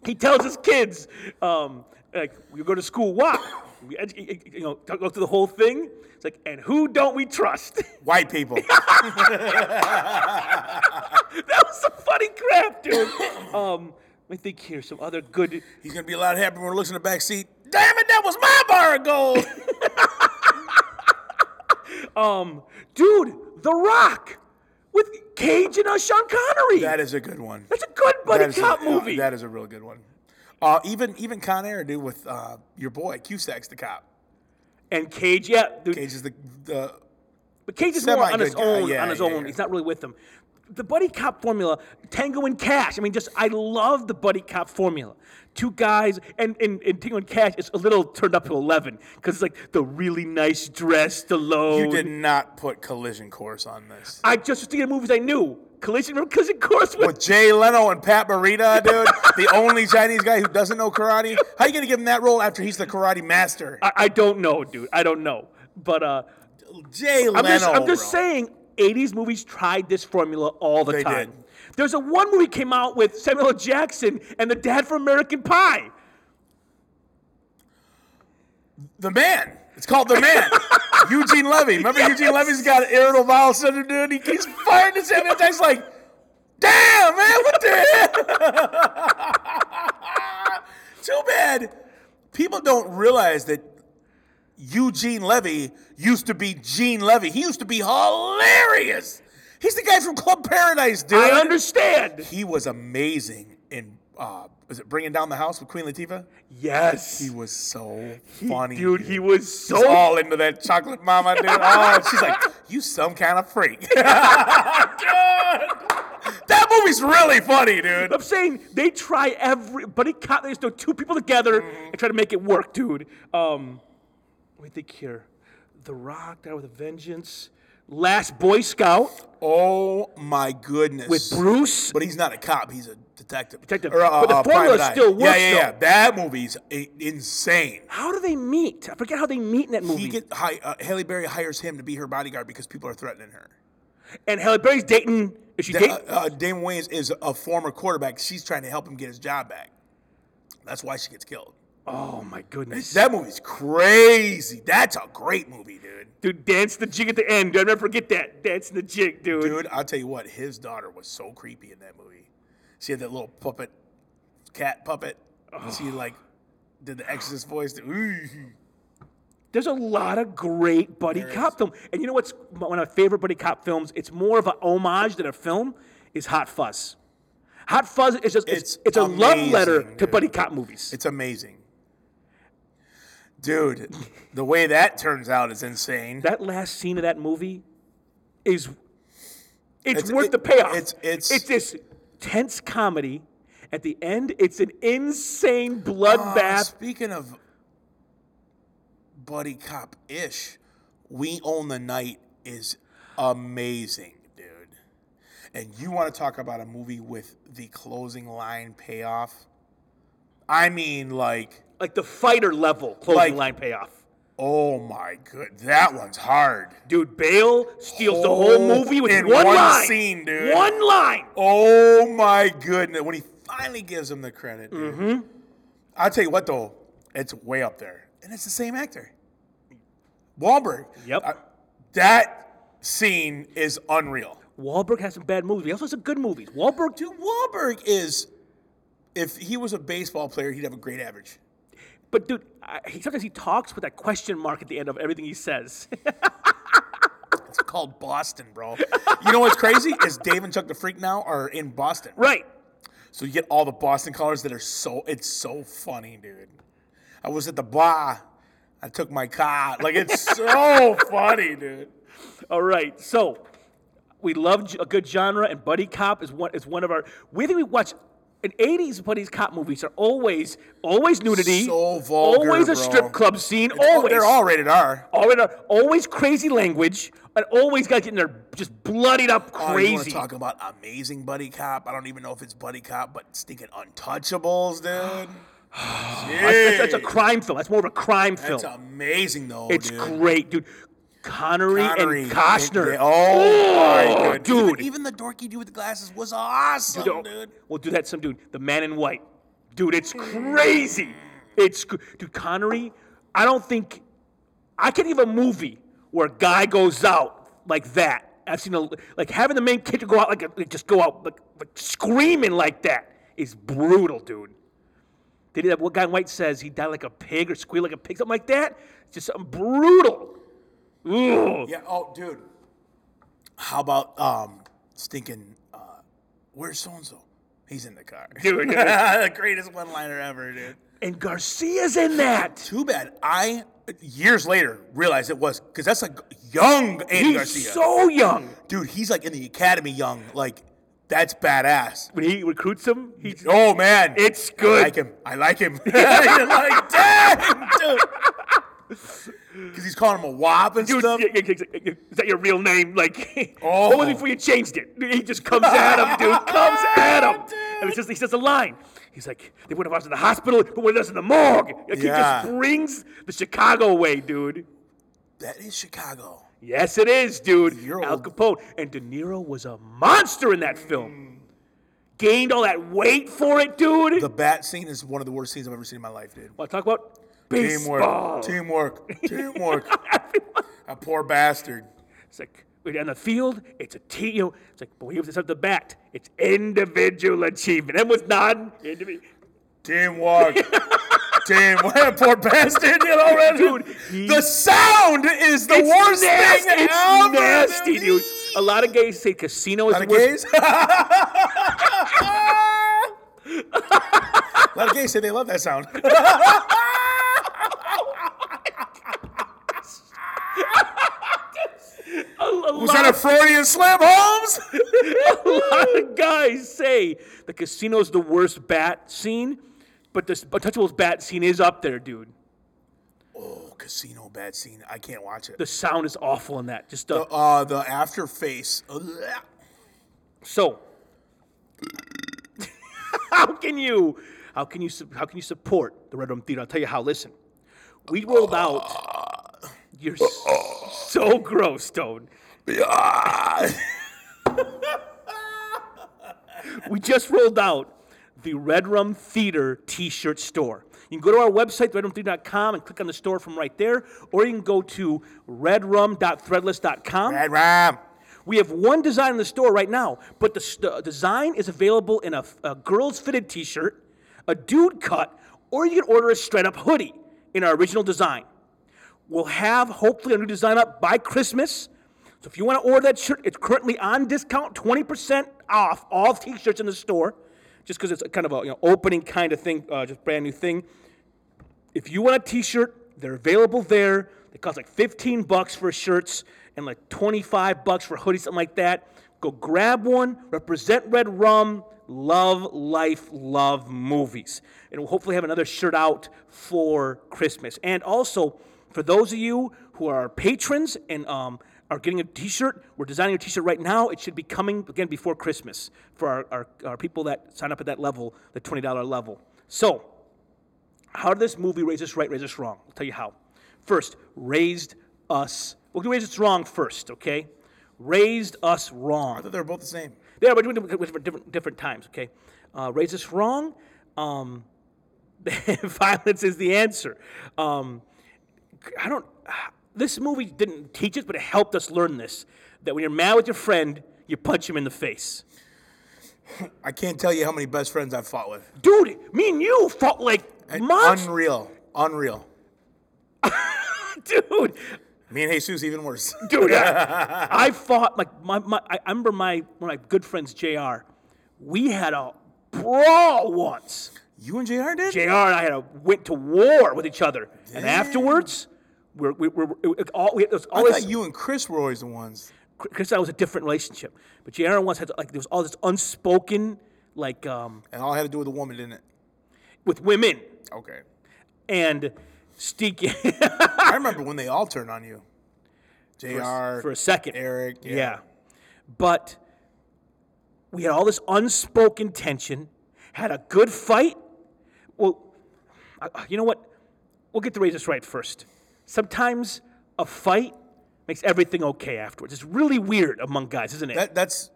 Speaker 1: he tells his kids, um, like, we go to school, why? We, edu- e, you know, go through the whole thing. It's like, and who don't we trust? *laughs*
Speaker 2: White people. *laughs*
Speaker 1: that was some funny crap, dude. Um, I think here's some other good.
Speaker 2: He's gonna be a lot happier when he looks in the back seat. Damn it, that was my bar of gold.
Speaker 1: Um, dude, The Rock with Cage and uh, Sean Connery.
Speaker 2: *laughs* that is a good one.
Speaker 1: That's a good buddy
Speaker 2: That is
Speaker 1: cop
Speaker 2: a,
Speaker 1: movie.
Speaker 2: that is a real good one. Uh, even even Con Air, dude, with uh, your boy Cusack's the cop.
Speaker 1: and Cage, yeah, dude.
Speaker 2: Cage is the the
Speaker 1: But Cage is more on
Speaker 2: Semi-good
Speaker 1: his
Speaker 2: guy,
Speaker 1: own.
Speaker 2: yeah,
Speaker 1: on his
Speaker 2: yeah,
Speaker 1: own,
Speaker 2: yeah.
Speaker 1: he's not really with them. The buddy cop formula, Tango and Cash. I mean, just I love the buddy cop formula. Two guys, and and, and Tango and Cash is a little turned up to eleven because it's like the really nice dress, Stallone.
Speaker 2: You did not put collision course on this.
Speaker 1: I just was thinking of movies I knew. Collision Room, Collision Course with
Speaker 2: With Jay Leno and Pat Morita, dude, *laughs* the only Chinese guy who doesn't know karate. How you gonna give him that role after he's the karate master?
Speaker 1: I, I don't know, dude. I don't know. But uh,
Speaker 2: Jay Leno.
Speaker 1: I'm just, I'm just
Speaker 2: bro.
Speaker 1: saying, 80s movies tried this formula all the
Speaker 2: They
Speaker 1: time.
Speaker 2: did.
Speaker 1: There's a one movie came out with Samuel L. Jackson and the dad from American Pie.
Speaker 2: The man. It's called The
Speaker 1: *laughs*
Speaker 2: Man. Eugene Levy. Remember Eugene Levy's got irritable bowel syndrome, dude? He keeps firing his head. And he's like, damn, man, what the hell? *laughs* Too bad. People don't realize that Eugene Levy used to be Gene Levy. He used to be hilarious. He's the guy from Club Paradise, dude.
Speaker 1: I understand.
Speaker 2: He was amazing in, uh, was it Bringing Down the House with Queen Latifah?
Speaker 1: Yes.
Speaker 2: He was so funny.
Speaker 1: Dude, he was
Speaker 2: He's
Speaker 1: so.
Speaker 2: all into that chocolate mama, dude. Oh, and she's like, you some kind of freak. *laughs* Dude. That movie's really funny, dude.
Speaker 1: I'm saying they try every. Buddy Cop, they just throw two people together
Speaker 2: Mm-hmm.
Speaker 1: and try to make it work, dude. Um, let me think here. The Rock, Die with a Vengeance, Last Boy Scout
Speaker 2: Oh my goodness.
Speaker 1: with Bruce.
Speaker 2: but he's not a cop. He's a detective.
Speaker 1: Detective.
Speaker 2: Or, uh,
Speaker 1: But the
Speaker 2: uh,
Speaker 1: formula
Speaker 2: private eye.
Speaker 1: still works,
Speaker 2: Yeah, yeah, yeah.
Speaker 1: though.
Speaker 2: That movie's i- insane.
Speaker 1: How do they meet? I forget how they meet in that movie.
Speaker 2: He get hi, uh, Haley Berry hires him to be her bodyguard because people are threatening her.
Speaker 1: and Halle Berry's dating. Is she dating?
Speaker 2: Uh, uh, Damon Wayans is a former quarterback. She's trying to help him get his job back. That's why she gets killed.
Speaker 1: oh my goodness!
Speaker 2: That movie's crazy. That's a great movie, dude.
Speaker 1: dude, dance the jig at the end. Dude, I never forget that. Dance the jig, dude.
Speaker 2: Dude, I'll tell you what, his daughter was so creepy in that movie. She had that little puppet, cat puppet. and She like did the exorcist voice. the, "Ooh."
Speaker 1: There's a lot of great buddy
Speaker 2: There
Speaker 1: cop film, and you know what's m- one of my favorite buddy cop films? It's more of a homage than a film. Is Hot Fuzz. Hot Fuzz is just it's,
Speaker 2: It's
Speaker 1: it's a love letter
Speaker 2: amazing,
Speaker 1: to
Speaker 2: dude.
Speaker 1: buddy cop movies.
Speaker 2: It's amazing. Dude, the way that turns out is insane.
Speaker 1: that last scene of that movie is it's,
Speaker 2: It's-
Speaker 1: worth
Speaker 2: it-
Speaker 1: the payoff.
Speaker 2: it's- it's-
Speaker 1: it's this tense comedy. At the end, it's an insane bloodbath.
Speaker 2: Uh, speaking of buddy cop ish, We Own the Night is amazing, dude. And you want to talk about a movie with the closing line payoff? I mean, like,
Speaker 1: like the fighter level closing
Speaker 2: Like-
Speaker 1: line payoff.
Speaker 2: oh my good, that one's hard.
Speaker 1: Dude, Bale steals the whole
Speaker 2: Oh,
Speaker 1: movie with
Speaker 2: in
Speaker 1: one,
Speaker 2: one
Speaker 1: line.
Speaker 2: scene, dude.
Speaker 1: One line.
Speaker 2: Oh my goodness, when he finally gives him the credit, dude. I'll tell you what though, it's way up there, and it's the same actor, Wahlberg.
Speaker 1: Yep.
Speaker 2: I- that scene is unreal.
Speaker 1: Wahlberg has some bad movies. He also has some good movies. Wahlberg, too.
Speaker 2: Dude, Wahlberg is. If he was a baseball player, he'd have a great average.
Speaker 1: But dude, I, he, sometimes he talks with that question mark at the end of everything he says. *laughs*
Speaker 2: It's called Boston, bro. You know what's crazy is Dave and Chuck the Freak now are in Boston,
Speaker 1: right.
Speaker 2: so you get all the Boston callers that are so. It's so funny, dude. I was at the bar. I took my car.
Speaker 1: *laughs*
Speaker 2: Like it's so funny, dude.
Speaker 1: All right. So we love g- a good genre, and buddy cop is one is one of our. We think we watch. In 80s buddy cop movies are always always nudity,
Speaker 2: So vulgar,
Speaker 1: always a
Speaker 2: bro.
Speaker 1: strip club scene,
Speaker 2: It's all-
Speaker 1: always
Speaker 2: They're all rated R.
Speaker 1: always, always crazy language, and always got getting their just bloodied up
Speaker 2: Oh, you want to
Speaker 1: crazy.
Speaker 2: talk about amazing buddy cop? I don't even know if it's buddy cop, but stinking untouchables, dude.
Speaker 1: *sighs* that's, that's a
Speaker 2: Jeez.
Speaker 1: crime film. That's more of a crime film.
Speaker 2: That's amazing though,
Speaker 1: it's
Speaker 2: dude.
Speaker 1: great, dude. Connery,
Speaker 2: Connery.
Speaker 1: and Costner.
Speaker 2: They- they- oh, my
Speaker 1: Oh,
Speaker 2: God. Even-
Speaker 1: dude.
Speaker 2: Even the dorky dude with the glasses was awesome,
Speaker 1: Dude,
Speaker 2: dude.
Speaker 1: oh, We'll do that some dude. The man in white. Dude, it's crazy. It's cr- dude Connery. I don't think I can give a movie where a guy goes out like that. I've seen a like having the main character go out like, a, like just go out like, like screaming like that is brutal, dude. They did that. What guy in white says he died like a pig or squealed like a pig, something like that. It's just something brutal. Ugh.
Speaker 2: Yeah. Oh, dude. How about um, stinking? Uh, where's so and so? He's in the car.
Speaker 1: *laughs* Dude,
Speaker 2: *laughs* the greatest one-liner ever, dude.
Speaker 1: And Garcia's in that.
Speaker 2: Too bad I years later realized it was because that's like young Andy
Speaker 1: He's
Speaker 2: Garcia.
Speaker 1: so young.
Speaker 2: dude, he's like in the academy, young. Like that's badass.
Speaker 1: When he recruits him, he
Speaker 2: Oh man,
Speaker 1: It's
Speaker 2: I
Speaker 1: good.
Speaker 2: like him. I
Speaker 1: *laughs*
Speaker 2: like him. *laughs* You're like, damn, dude.
Speaker 1: *laughs*
Speaker 2: *laughs* Because he's calling him a wop and
Speaker 1: Dude,
Speaker 2: stuff.
Speaker 1: yeah, yeah, yeah, yeah. is that your real name? Like, *laughs*
Speaker 2: Oh.
Speaker 1: what was it before you changed it? He just comes at him, dude. Comes at
Speaker 2: *laughs*
Speaker 1: him. And it's just, he says a line. He's like, they would have us in the hospital, but with us in the morgue. Like, He
Speaker 2: Yeah.
Speaker 1: just brings the Chicago way, dude.
Speaker 2: That is Chicago.
Speaker 1: Yes, it is, dude.
Speaker 2: You're
Speaker 1: Al
Speaker 2: old.
Speaker 1: Capone. And De Niro was a monster in that film. Gained all that weight for it, dude.
Speaker 2: The bat scene is one of the worst scenes I've ever seen in my life, dude.
Speaker 1: Want to talk about baseball?
Speaker 2: Teamwork,
Speaker 1: *laughs*
Speaker 2: teamwork, teamwork. a poor bastard.
Speaker 1: It's like wait, on the field, it's a team. You know, it's like, but when you have the bat, it's individual achievement. And with non, indivi- *laughs*
Speaker 2: Teamwork. *laughs* Teamwork. poor bastard. You know, man.
Speaker 1: Dude,
Speaker 2: the
Speaker 1: he-
Speaker 2: sound is the
Speaker 1: it's
Speaker 2: worst
Speaker 1: nasty, oh,
Speaker 2: thing
Speaker 1: It's
Speaker 2: ever.
Speaker 1: nasty, dude. A lot of gays say casino is
Speaker 2: lot
Speaker 1: the
Speaker 2: of
Speaker 1: worst.
Speaker 2: gays. *laughs* a lot of gays say they love that sound.
Speaker 1: A, a
Speaker 2: Was that
Speaker 1: lot,
Speaker 2: a Freudian slam, Holmes?
Speaker 1: a lot of guys say the casino's the worst bat scene, but the Untouchables bat scene is up there, dude.
Speaker 2: oh, casino bad scene. I can't watch it.
Speaker 1: The sound is awful in that. Just the,
Speaker 2: Uh, the after face. Ugh.
Speaker 1: so. *laughs* how can you, how can you, su- how can you support the Red Room Theater? I'll tell you how. Listen, we rolled out. You're s- so gross, Stone. *laughs*
Speaker 2: Ah.
Speaker 1: We just rolled out the Red Rum Theater T-shirt store. You can go to our website, redrumtheater.com, and click on the store from right there, or you can go to redrum.threadless.com.
Speaker 2: Bad rhyme.
Speaker 1: We have one design in the store right now, but the st- design is available in a, a girl's fitted T-shirt, a dude cut, or you can order a straight-up hoodie in our original design. We'll have hopefully a new design up by Christmas. So if you want to order that shirt, it's currently on discount, 20% off all T-shirts in the store, just because it's kind of a you know, opening kind of thing, uh, just brand new thing. If you want a T-shirt, they're available there. They cost like 15 bucks for shirts and like 25 bucks for hoodies, something like that. Go grab one. Represent Red Rum. Love life, love movies, and we'll hopefully have another shirt out for Christmas. And also for those of you who are our patrons and um, are getting a T-shirt, we're designing a T-shirt right now. It should be coming again before Christmas for our, our, our people that sign up at that level, the twenty dollar level. So how did this movie raise us right, raise us wrong? I'll tell you how. First, raised us. We'll do raise us wrong first, okay? Raised us
Speaker 2: I
Speaker 1: wrong.
Speaker 2: thought they were both the same.
Speaker 1: Yeah, we're doing it with different, different times, okay? Uh, raised us wrong. Um, *laughs* violence is the answer. Um, I don't. This movie didn't teach us, but it helped us learn this: that when you're mad with your friend, you punch him in the face.
Speaker 2: I can't tell you how many best friends I've fought with.
Speaker 1: Dude, me and you fought like monsters,
Speaker 2: Unreal. Unreal.
Speaker 1: *laughs* dude.
Speaker 2: Me and Jesus even worse. *laughs*
Speaker 1: dude. I, I fought like my, my I I remember my one of my good friends Jr. We had a brawl once.
Speaker 2: You and JR did?
Speaker 1: Jr. and I had a went to war with each other, and afterwards, we're, we we're, it, it all we, it was
Speaker 2: I
Speaker 1: always
Speaker 2: thought you and Chris were always the ones.
Speaker 1: Chris and I was a different relationship. But Jr. once had like there was all this unspoken like um,
Speaker 2: And all had to do with a woman, didn't it?
Speaker 1: with women
Speaker 2: Okay.
Speaker 1: and stinking *laughs*
Speaker 2: I remember when they all turned on you. JR.
Speaker 1: Ah! for a second.
Speaker 2: Eric.
Speaker 1: Yeah. But we had all this unspoken tension, had a good fight. Well, I- you know what? We'll get the raise this right first. Sometimes a fight makes everything okay afterwards. It's really weird among guys, isn't it?
Speaker 2: That that's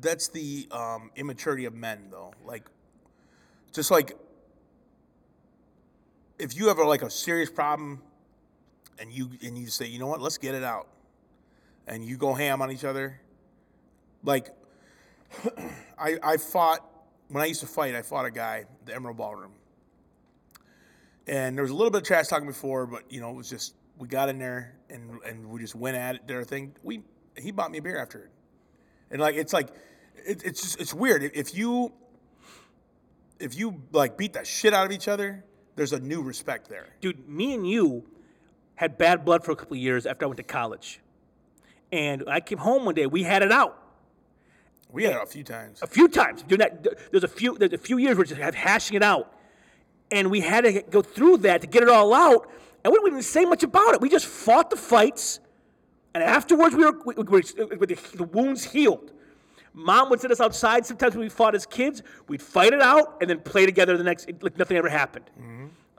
Speaker 2: that's the um, immaturity of men, though. Like, just like if you have a, like a serious problem, and you and you say, you know what, let's get it out, and you go ham on each other. Like, *clears throat* I I fought when I used to fight. I fought a guy at the Emerald Ballroom, and there was a little bit of trash talking before, but you know it was just we got in there and and we just went at it. Did our thing. We he bought me a beer after it. And like it's like it, it's just it's weird. If- If you if you like beat the shit out of each other, there's a new respect there.
Speaker 1: dude, me and you had bad blood for a couple of years after I went to college. And I came home one day, we had it out
Speaker 2: We had it a few times.
Speaker 1: a few times. During that, there's a few there's a few years where just have hashing it out. And we had to go through that to get it all out. And we didn't even say much about it. We just fought the fights. And afterwards, we were, we, we were with the, the wounds healed. Mom would send us outside sometimes when we fought as kids. We'd fight it out and then play together the next, like nothing ever happened.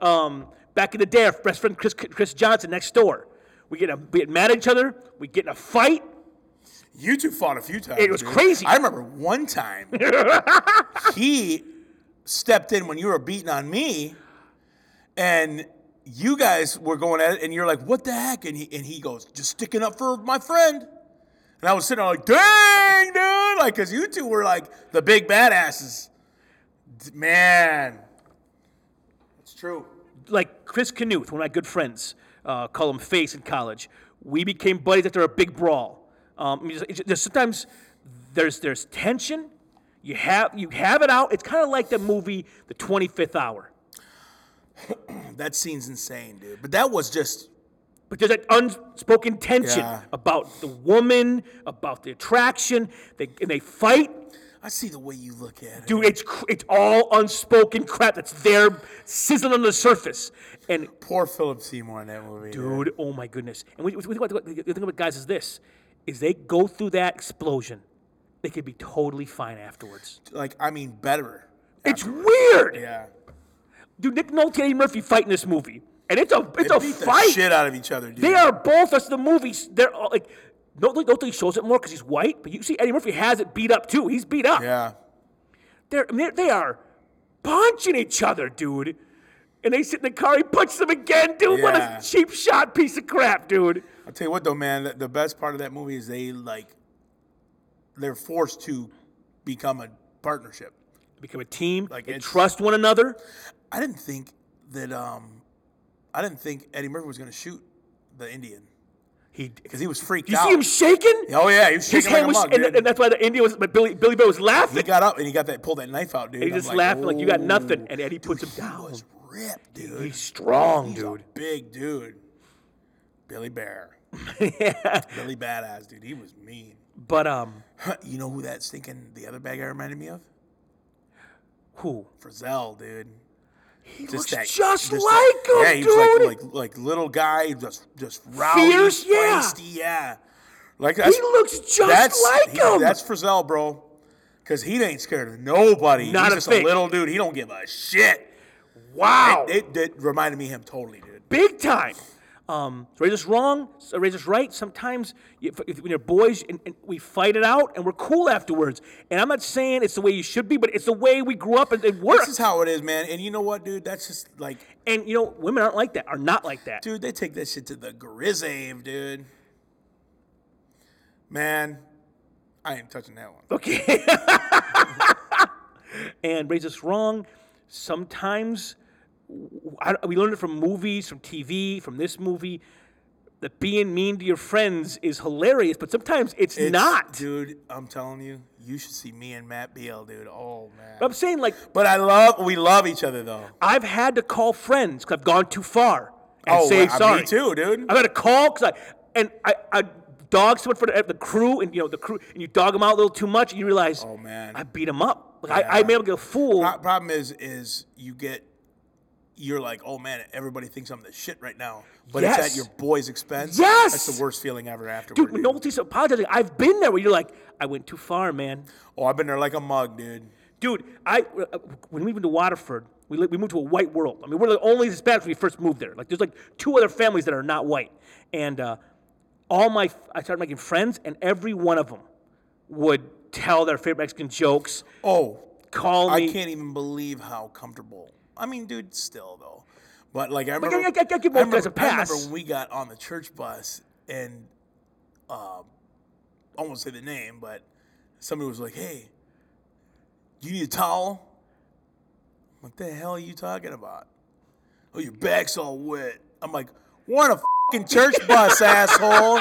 Speaker 1: Um, back in the day, our best friend Chris, Chris Johnson next door, we get, a, we get mad at each other, we get in a fight.
Speaker 2: You two fought a few times.
Speaker 1: It was
Speaker 2: dude.
Speaker 1: crazy.
Speaker 2: I remember one
Speaker 1: *laughs*
Speaker 2: time he stepped in when you were beating on me, and you guys were going at it, and you're like, "What the heck?" And he and he goes, "Just sticking up for my friend." And I was sitting there like, "Dang, dude!" Like, cause you two were like the big badasses. D- Man, it's true.
Speaker 1: like Chris Knuth, one of my good friends, uh, call him Face in college. We became buddies after a big brawl. Um, I mean, it's- it's- there's sometimes there's there's tension. You have you have it out. It's kind of like the movie The 25th Hour,
Speaker 2: That scene's insane, dude. But that was just
Speaker 1: but there's that unspoken tension
Speaker 2: Yeah.
Speaker 1: about the woman, about the attraction. They and they fight.
Speaker 2: I see the way you look at it.
Speaker 1: Dude, it's cr- it's all unspoken crap that's there sizzling on the surface. And
Speaker 2: Poor Philip Seymour in that movie. Dude.
Speaker 1: dude. Oh my goodness. And we, we, we, what- what- the thing about guys is this: is they go through that explosion, they could be totally fine afterwards.
Speaker 2: Like, I mean, better.
Speaker 1: It's weird,
Speaker 2: Yeah.
Speaker 1: dude. Nick Nolte and Eddie Murphy fight in this movie, and it's a it's a
Speaker 2: Beat the
Speaker 1: fight.
Speaker 2: shit out of each other, dude.
Speaker 1: They are both as the movies. They're all, like. Nolte, Nolte shows it more because he's white, but you see Eddie Murphy has it beat up too. He's beat up.
Speaker 2: Yeah.
Speaker 1: They're, I mean, they're- they are punching each other, dude. And they sit in the car. He punches them again, dude. What
Speaker 2: Yeah.
Speaker 1: a cheap shot piece of crap, dude.
Speaker 2: I'll tell you what, though, man. The, the best part of that movie is they, like, they're forced to become a partnership.
Speaker 1: become a team
Speaker 2: Like,
Speaker 1: and
Speaker 2: it's-
Speaker 1: trust one another.
Speaker 2: I didn't think that, um, I didn't think Eddie Murphy was going to shoot the Indian
Speaker 1: He,
Speaker 2: because he was freaked
Speaker 1: you
Speaker 2: out.
Speaker 1: see him shaking.
Speaker 2: Oh, yeah. He was shaking
Speaker 1: His
Speaker 2: like
Speaker 1: hand
Speaker 2: a
Speaker 1: was,
Speaker 2: mug,
Speaker 1: and,
Speaker 2: dude.
Speaker 1: and that's why the Indian was. But Billy Billy Bear was
Speaker 2: he
Speaker 1: laughing.
Speaker 2: got up and he got that, pulled that knife out, dude.
Speaker 1: He
Speaker 2: I'm
Speaker 1: just laughed like "Oh, you got nothing,
Speaker 2: "Whoa."
Speaker 1: and Eddie puts him
Speaker 2: He
Speaker 1: down.
Speaker 2: was ripped, dude.
Speaker 1: He's strong,
Speaker 2: He's a
Speaker 1: dude.
Speaker 2: big dude. Billy Bear.
Speaker 1: *laughs*
Speaker 2: Billy Badass, dude. He was mean.
Speaker 1: But um,
Speaker 2: *clears throat* you know who that stinking the other bad guy reminded me of?
Speaker 1: who?
Speaker 2: Frizzell, dude.
Speaker 1: He
Speaker 2: Just
Speaker 1: looks
Speaker 2: that,
Speaker 1: just,
Speaker 2: that-
Speaker 1: like him,
Speaker 2: Yeah, he
Speaker 1: dude.
Speaker 2: was like, like like little guy, just just rowdy,
Speaker 1: Fierce, yeah.
Speaker 2: feisty, yeah. Like that's,
Speaker 1: he looks just
Speaker 2: that's
Speaker 1: like
Speaker 2: he-
Speaker 1: him.
Speaker 2: That's Frizzell, bro. Cause he ain't scared of nobody.
Speaker 1: Not
Speaker 2: He's
Speaker 1: a
Speaker 2: just
Speaker 1: thing.
Speaker 2: a little dude. He don't give a shit.
Speaker 1: wow,
Speaker 2: It, it, it reminded me of him totally, dude.
Speaker 1: big time. Um, so raise us wrong, so raise us right. Sometimes you, if- if- when you're boys, and, and we fight it out, and we're cool afterwards. And I'm not saying it's the way you should be, but it's the way we grew up, and it works.
Speaker 2: This is how it is, man. And you know what, dude? That's just like,
Speaker 1: And you know, women aren't like that. Are not like that.
Speaker 2: dude, they take that shit to the grizzave, dude. Man, I ain't touching that one.
Speaker 1: Okay. *laughs* and raise us wrong. Sometimes w- I, we learned it from movies, from TV, from this movie. That being mean to your friends is hilarious, but sometimes it's,
Speaker 2: It's-
Speaker 1: not.
Speaker 2: dude. I'm telling you, you should see me and Matt Beal, dude. Oh man.
Speaker 1: I'm saying like
Speaker 2: But I love, we love each other though.
Speaker 1: I've had to call friends because I've gone too far and
Speaker 2: oh,
Speaker 1: say
Speaker 2: uh,
Speaker 1: sorry.
Speaker 2: me too, dude.
Speaker 1: I've had a call because I and I, I dog someone for the, the crew and you know the crew and you dog them out a little too much and you realize
Speaker 2: Oh, man.
Speaker 1: I beat them up. Like I, I made them get a fool.
Speaker 2: Pro- problem is, is you get, you're like, oh man, everybody thinks I'm the shit right now, but it's
Speaker 1: Yes.
Speaker 2: at your boy's expense.
Speaker 1: Yes!
Speaker 2: that's the worst feeling ever afterward.
Speaker 1: Dude, when Nolte's apologizing, I've been there where you're like, I went too far, man.
Speaker 2: oh, I've been there like a mug, dude.
Speaker 1: Dude, I uh, when we moved to Waterford, we, li- we moved to a white world. I mean, we're the only Hispanics when we first moved there. Like, there's like two other families that are not white, and uh, all my I started making friends, and every one of them would tell their favorite Mexican jokes,
Speaker 2: Oh,
Speaker 1: call
Speaker 2: I
Speaker 1: me.
Speaker 2: can't even believe how comfortable. I mean, dude, still though. But like I
Speaker 1: But
Speaker 2: remember,
Speaker 1: I- I- I give both
Speaker 2: remember,
Speaker 1: guys a
Speaker 2: I
Speaker 1: pass.
Speaker 2: remember we got on the church bus and uh, I won't say the name, but somebody was like, "Hey, you need a towel?" What the hell are you talking about? Oh, your back's all wet. I'm like, what a fucking church
Speaker 1: *laughs*
Speaker 2: bus, asshole.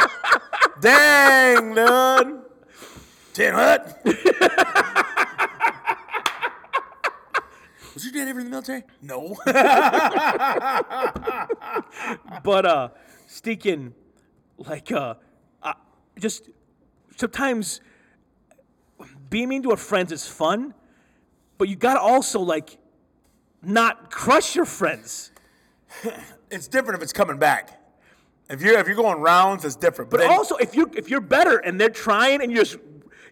Speaker 2: Dang, dude.
Speaker 1: *laughs*
Speaker 2: Tin Hut. Was your dad ever in the military? No.
Speaker 1: But uh, stinking, like uh, I, just sometimes being mean to our friends is fun, but you gotta also like not crush your friends.
Speaker 2: it's different if it's coming back. If you're if you're going rounds, it's different. But,
Speaker 1: But
Speaker 2: then
Speaker 1: also, if you if you're better and they're trying and you're just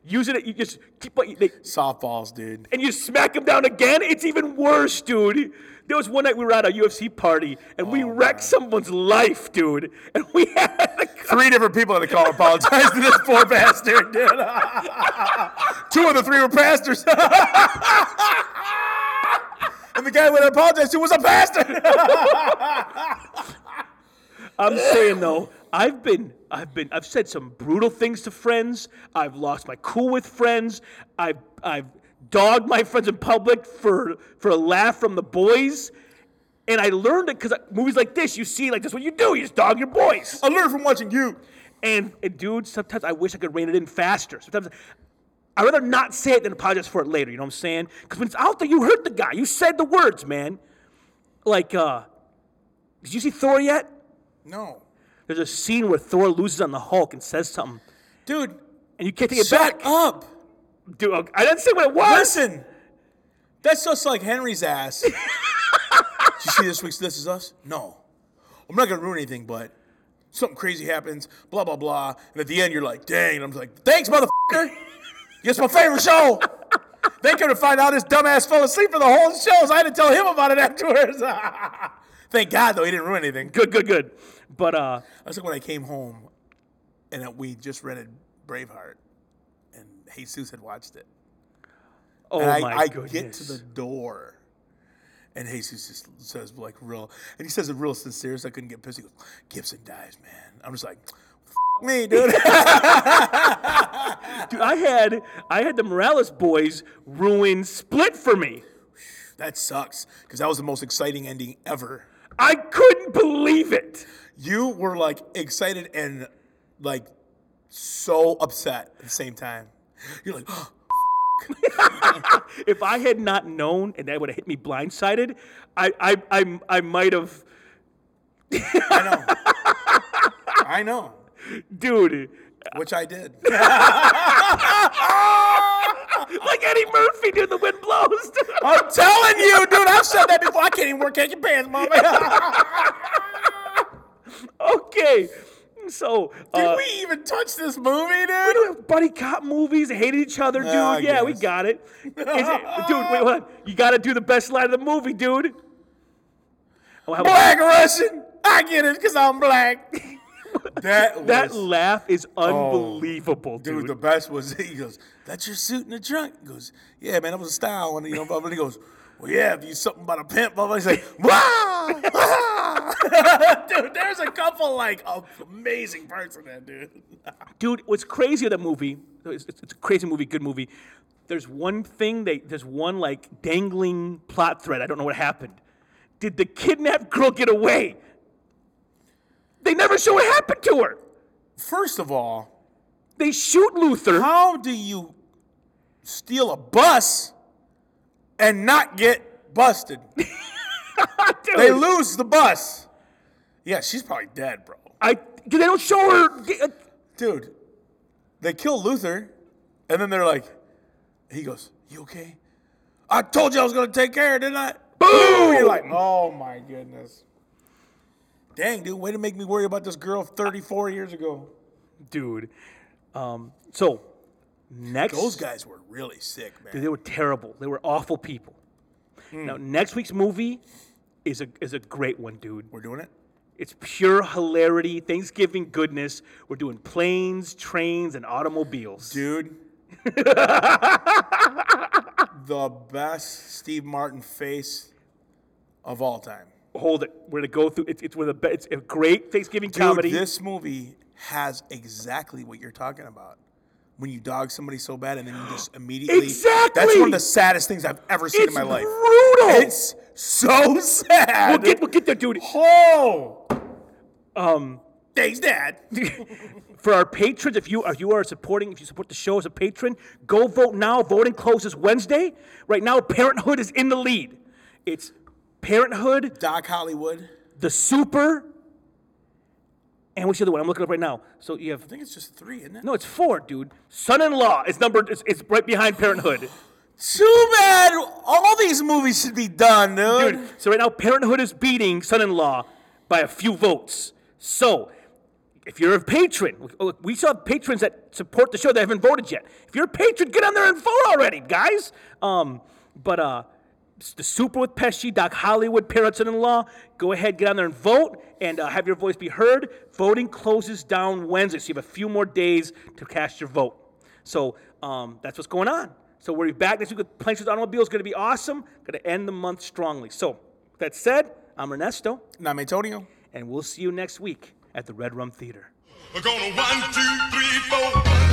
Speaker 1: using it, you just keep like, they,
Speaker 2: softballs, dude.
Speaker 1: and you smack them down again. It's even worse, dude. There was one night we were at a UFC party and we wrecked someone's life, dude. And we *laughs* had a
Speaker 2: Three different people in the call apologized to this poor bastard, dude. *laughs* Two of the three were pastors. *laughs* and the guy would apologize to was a pastor. *laughs*
Speaker 1: I'm saying though, I've been, I've been, I've said some brutal things to friends. I've lost my cool with friends. I've, I've dogged my friends in public for for a laugh from the boys. And I learned it because movies like this, you see, like that's what you do. You just dog your boys.
Speaker 2: I learned from watching you.
Speaker 1: And, and dude, sometimes I wish I could rein it in faster. Sometimes I'd rather not say it than apologize for it later. You know what I'm saying? Because when it's out there, you hurt the guy. You said the words, man. Like, uh, did you see Thor yet?
Speaker 2: No.
Speaker 1: There's a scene where Thor loses on the Hulk and says something,
Speaker 2: Dude,
Speaker 1: and you can't take it
Speaker 2: shut
Speaker 1: back. Oh,
Speaker 2: up.
Speaker 1: Dude, I didn't say what it was.
Speaker 2: Listen. That's just like Henry's ass. Did you see this week's This Is Us? No. I'm not going to ruin anything, but something crazy happens, blah, blah, blah. And at the end, you're like, dang. And I'm like, thanks, motherfucker. It's my favorite show. They come to find out this dumbass fell asleep for the whole show, so I had to tell him about it afterwards. *laughs* Thank God, though, he didn't ruin anything.
Speaker 1: Good, good, good. But uh,
Speaker 2: That's like when I came home and that we just rented Braveheart and Jesus had watched it.
Speaker 1: oh
Speaker 2: And
Speaker 1: my
Speaker 2: I, I
Speaker 1: goodness.
Speaker 2: get to the door and Jesus just says like real and he says it real sincere so I couldn't get pissed. He goes, Gibson dies, man. I'm just like, F-
Speaker 1: *laughs*
Speaker 2: me, dude. *laughs*
Speaker 1: Dude, I had I had the Morales boys ruin Split for me.
Speaker 2: that sucks. Because that was the most exciting ending ever.
Speaker 1: I couldn't believe it.
Speaker 2: You were like excited and like so upset at the same time. You're like, "Oh,
Speaker 1: If I had not known and that would have hit me blindsided, I I I, I might have
Speaker 2: I
Speaker 1: *laughs*
Speaker 2: know. I know.
Speaker 1: dude *laughs*
Speaker 2: Which I did. *laughs*
Speaker 1: like Eddie Murphy dude the wind blows. *laughs*
Speaker 2: I'm telling you, dude, I've said that before. I can't even wear khaki pants, mama. *laughs*
Speaker 1: okay. So
Speaker 2: Did
Speaker 1: uh,
Speaker 2: we even touch this movie, dude?
Speaker 1: we doing buddy cop movies, hated each other, dude.
Speaker 2: I
Speaker 1: yeah, we
Speaker 2: guess.
Speaker 1: got it. Is
Speaker 2: *laughs*
Speaker 1: it- Dude, wait, hold on. You gotta do the best line of the movie, dude. Oh, how-
Speaker 2: Black Russian. I get it because
Speaker 1: *laughs*
Speaker 2: I'm black. that was,
Speaker 1: that laugh is unbelievable,
Speaker 2: Oh. dude,
Speaker 1: dude.
Speaker 2: The best was *laughs* he goes, "That's your suit in the trunk." He goes, "Yeah, man, that was a style." one," you know, but he goes, "Well, yeah, if you something about a pimp," blah
Speaker 1: *laughs*
Speaker 2: blah. He's like, "Wow." *laughs* dude, there's a couple like amazing parts in that, dude.
Speaker 1: Dude, what's crazy of that movie? It's, it's- it's a crazy movie, good movie. There's one thing they there's one like dangling plot thread. I don't know what happened. Did the kidnapped girl get away? They never show what happened to her.
Speaker 2: First of all,
Speaker 1: They shoot Luther.
Speaker 2: how do you steal a bus and not get busted?
Speaker 1: *laughs* Dude,
Speaker 2: They lose the bus. Yeah, she's probably dead, bro.
Speaker 1: I dude, they don't show her. get- uh,
Speaker 2: Dude, they kill Luther, and then they're like, he goes, You okay? I told you I was gonna take care, didn't I? Boom! You're like, oh my goodness. Dang, dude, way to make me worry about this girl 34 years ago.
Speaker 1: dude. Um, so next,
Speaker 2: Those guys were really sick, man.
Speaker 1: they were terrible. They were awful
Speaker 2: Hmm.
Speaker 1: people. Now next week's movie is a is a great one, dude.
Speaker 2: We're doing it?
Speaker 1: It's pure hilarity, Thanksgiving goodness. We're doing planes, trains, and automobiles.
Speaker 2: dude. the best Steve Martin face of all time.
Speaker 1: Hold it. We're gonna go through. It's, it's one of the. be- It's a great Thanksgiving
Speaker 2: Dude,
Speaker 1: comedy.
Speaker 2: this movie has exactly what you're talking about. When you dog somebody so bad and then you just immediately That's
Speaker 1: Exactly!
Speaker 2: one of the saddest things I've ever seen
Speaker 1: it's
Speaker 2: in my life.
Speaker 1: brutal.
Speaker 2: It's so *laughs* sad.
Speaker 1: we'll get Um, we'll get there, dude.
Speaker 2: oh. Um Thanks, Dad.
Speaker 1: For our patrons, if you if you are supporting, if you support the show as a patron, go vote now. Voting closes Wednesday. Right now, Parenthood is in the lead. It's Parenthood,
Speaker 2: Doc Hollywood.
Speaker 1: The Super, and what's the other one? I'm looking up right now. So you have
Speaker 2: I think it's just three, isn't it?
Speaker 1: no, it's four, dude. Son-in-Law is numbered. It's, it's right behind Parenthood.
Speaker 2: Too bad all these movies should be done, dude.
Speaker 1: Dude, so right now, Parenthood is beating Son in Law by a few votes. So, if you're a patron, we saw patrons that support the show that haven't voted yet. If you're a patron, get on there and vote already, guys. Um, but uh, s- the Super with Pesci, Doc Hollywood, Parents in Law, go ahead, get on there and vote and uh, have your voice be heard. Voting closes down Wednesday, so you have a few more days to cast your vote. So um, that's what's going on. So we're back next week with Planes with Automobiles. Going to be awesome. Going to end the month strongly. So with that said, I'm Ernesto,
Speaker 2: Now, I'm Antonio.
Speaker 1: and we'll see you next week at the Red Rum Theater.
Speaker 3: We're gonna one, two, three, four.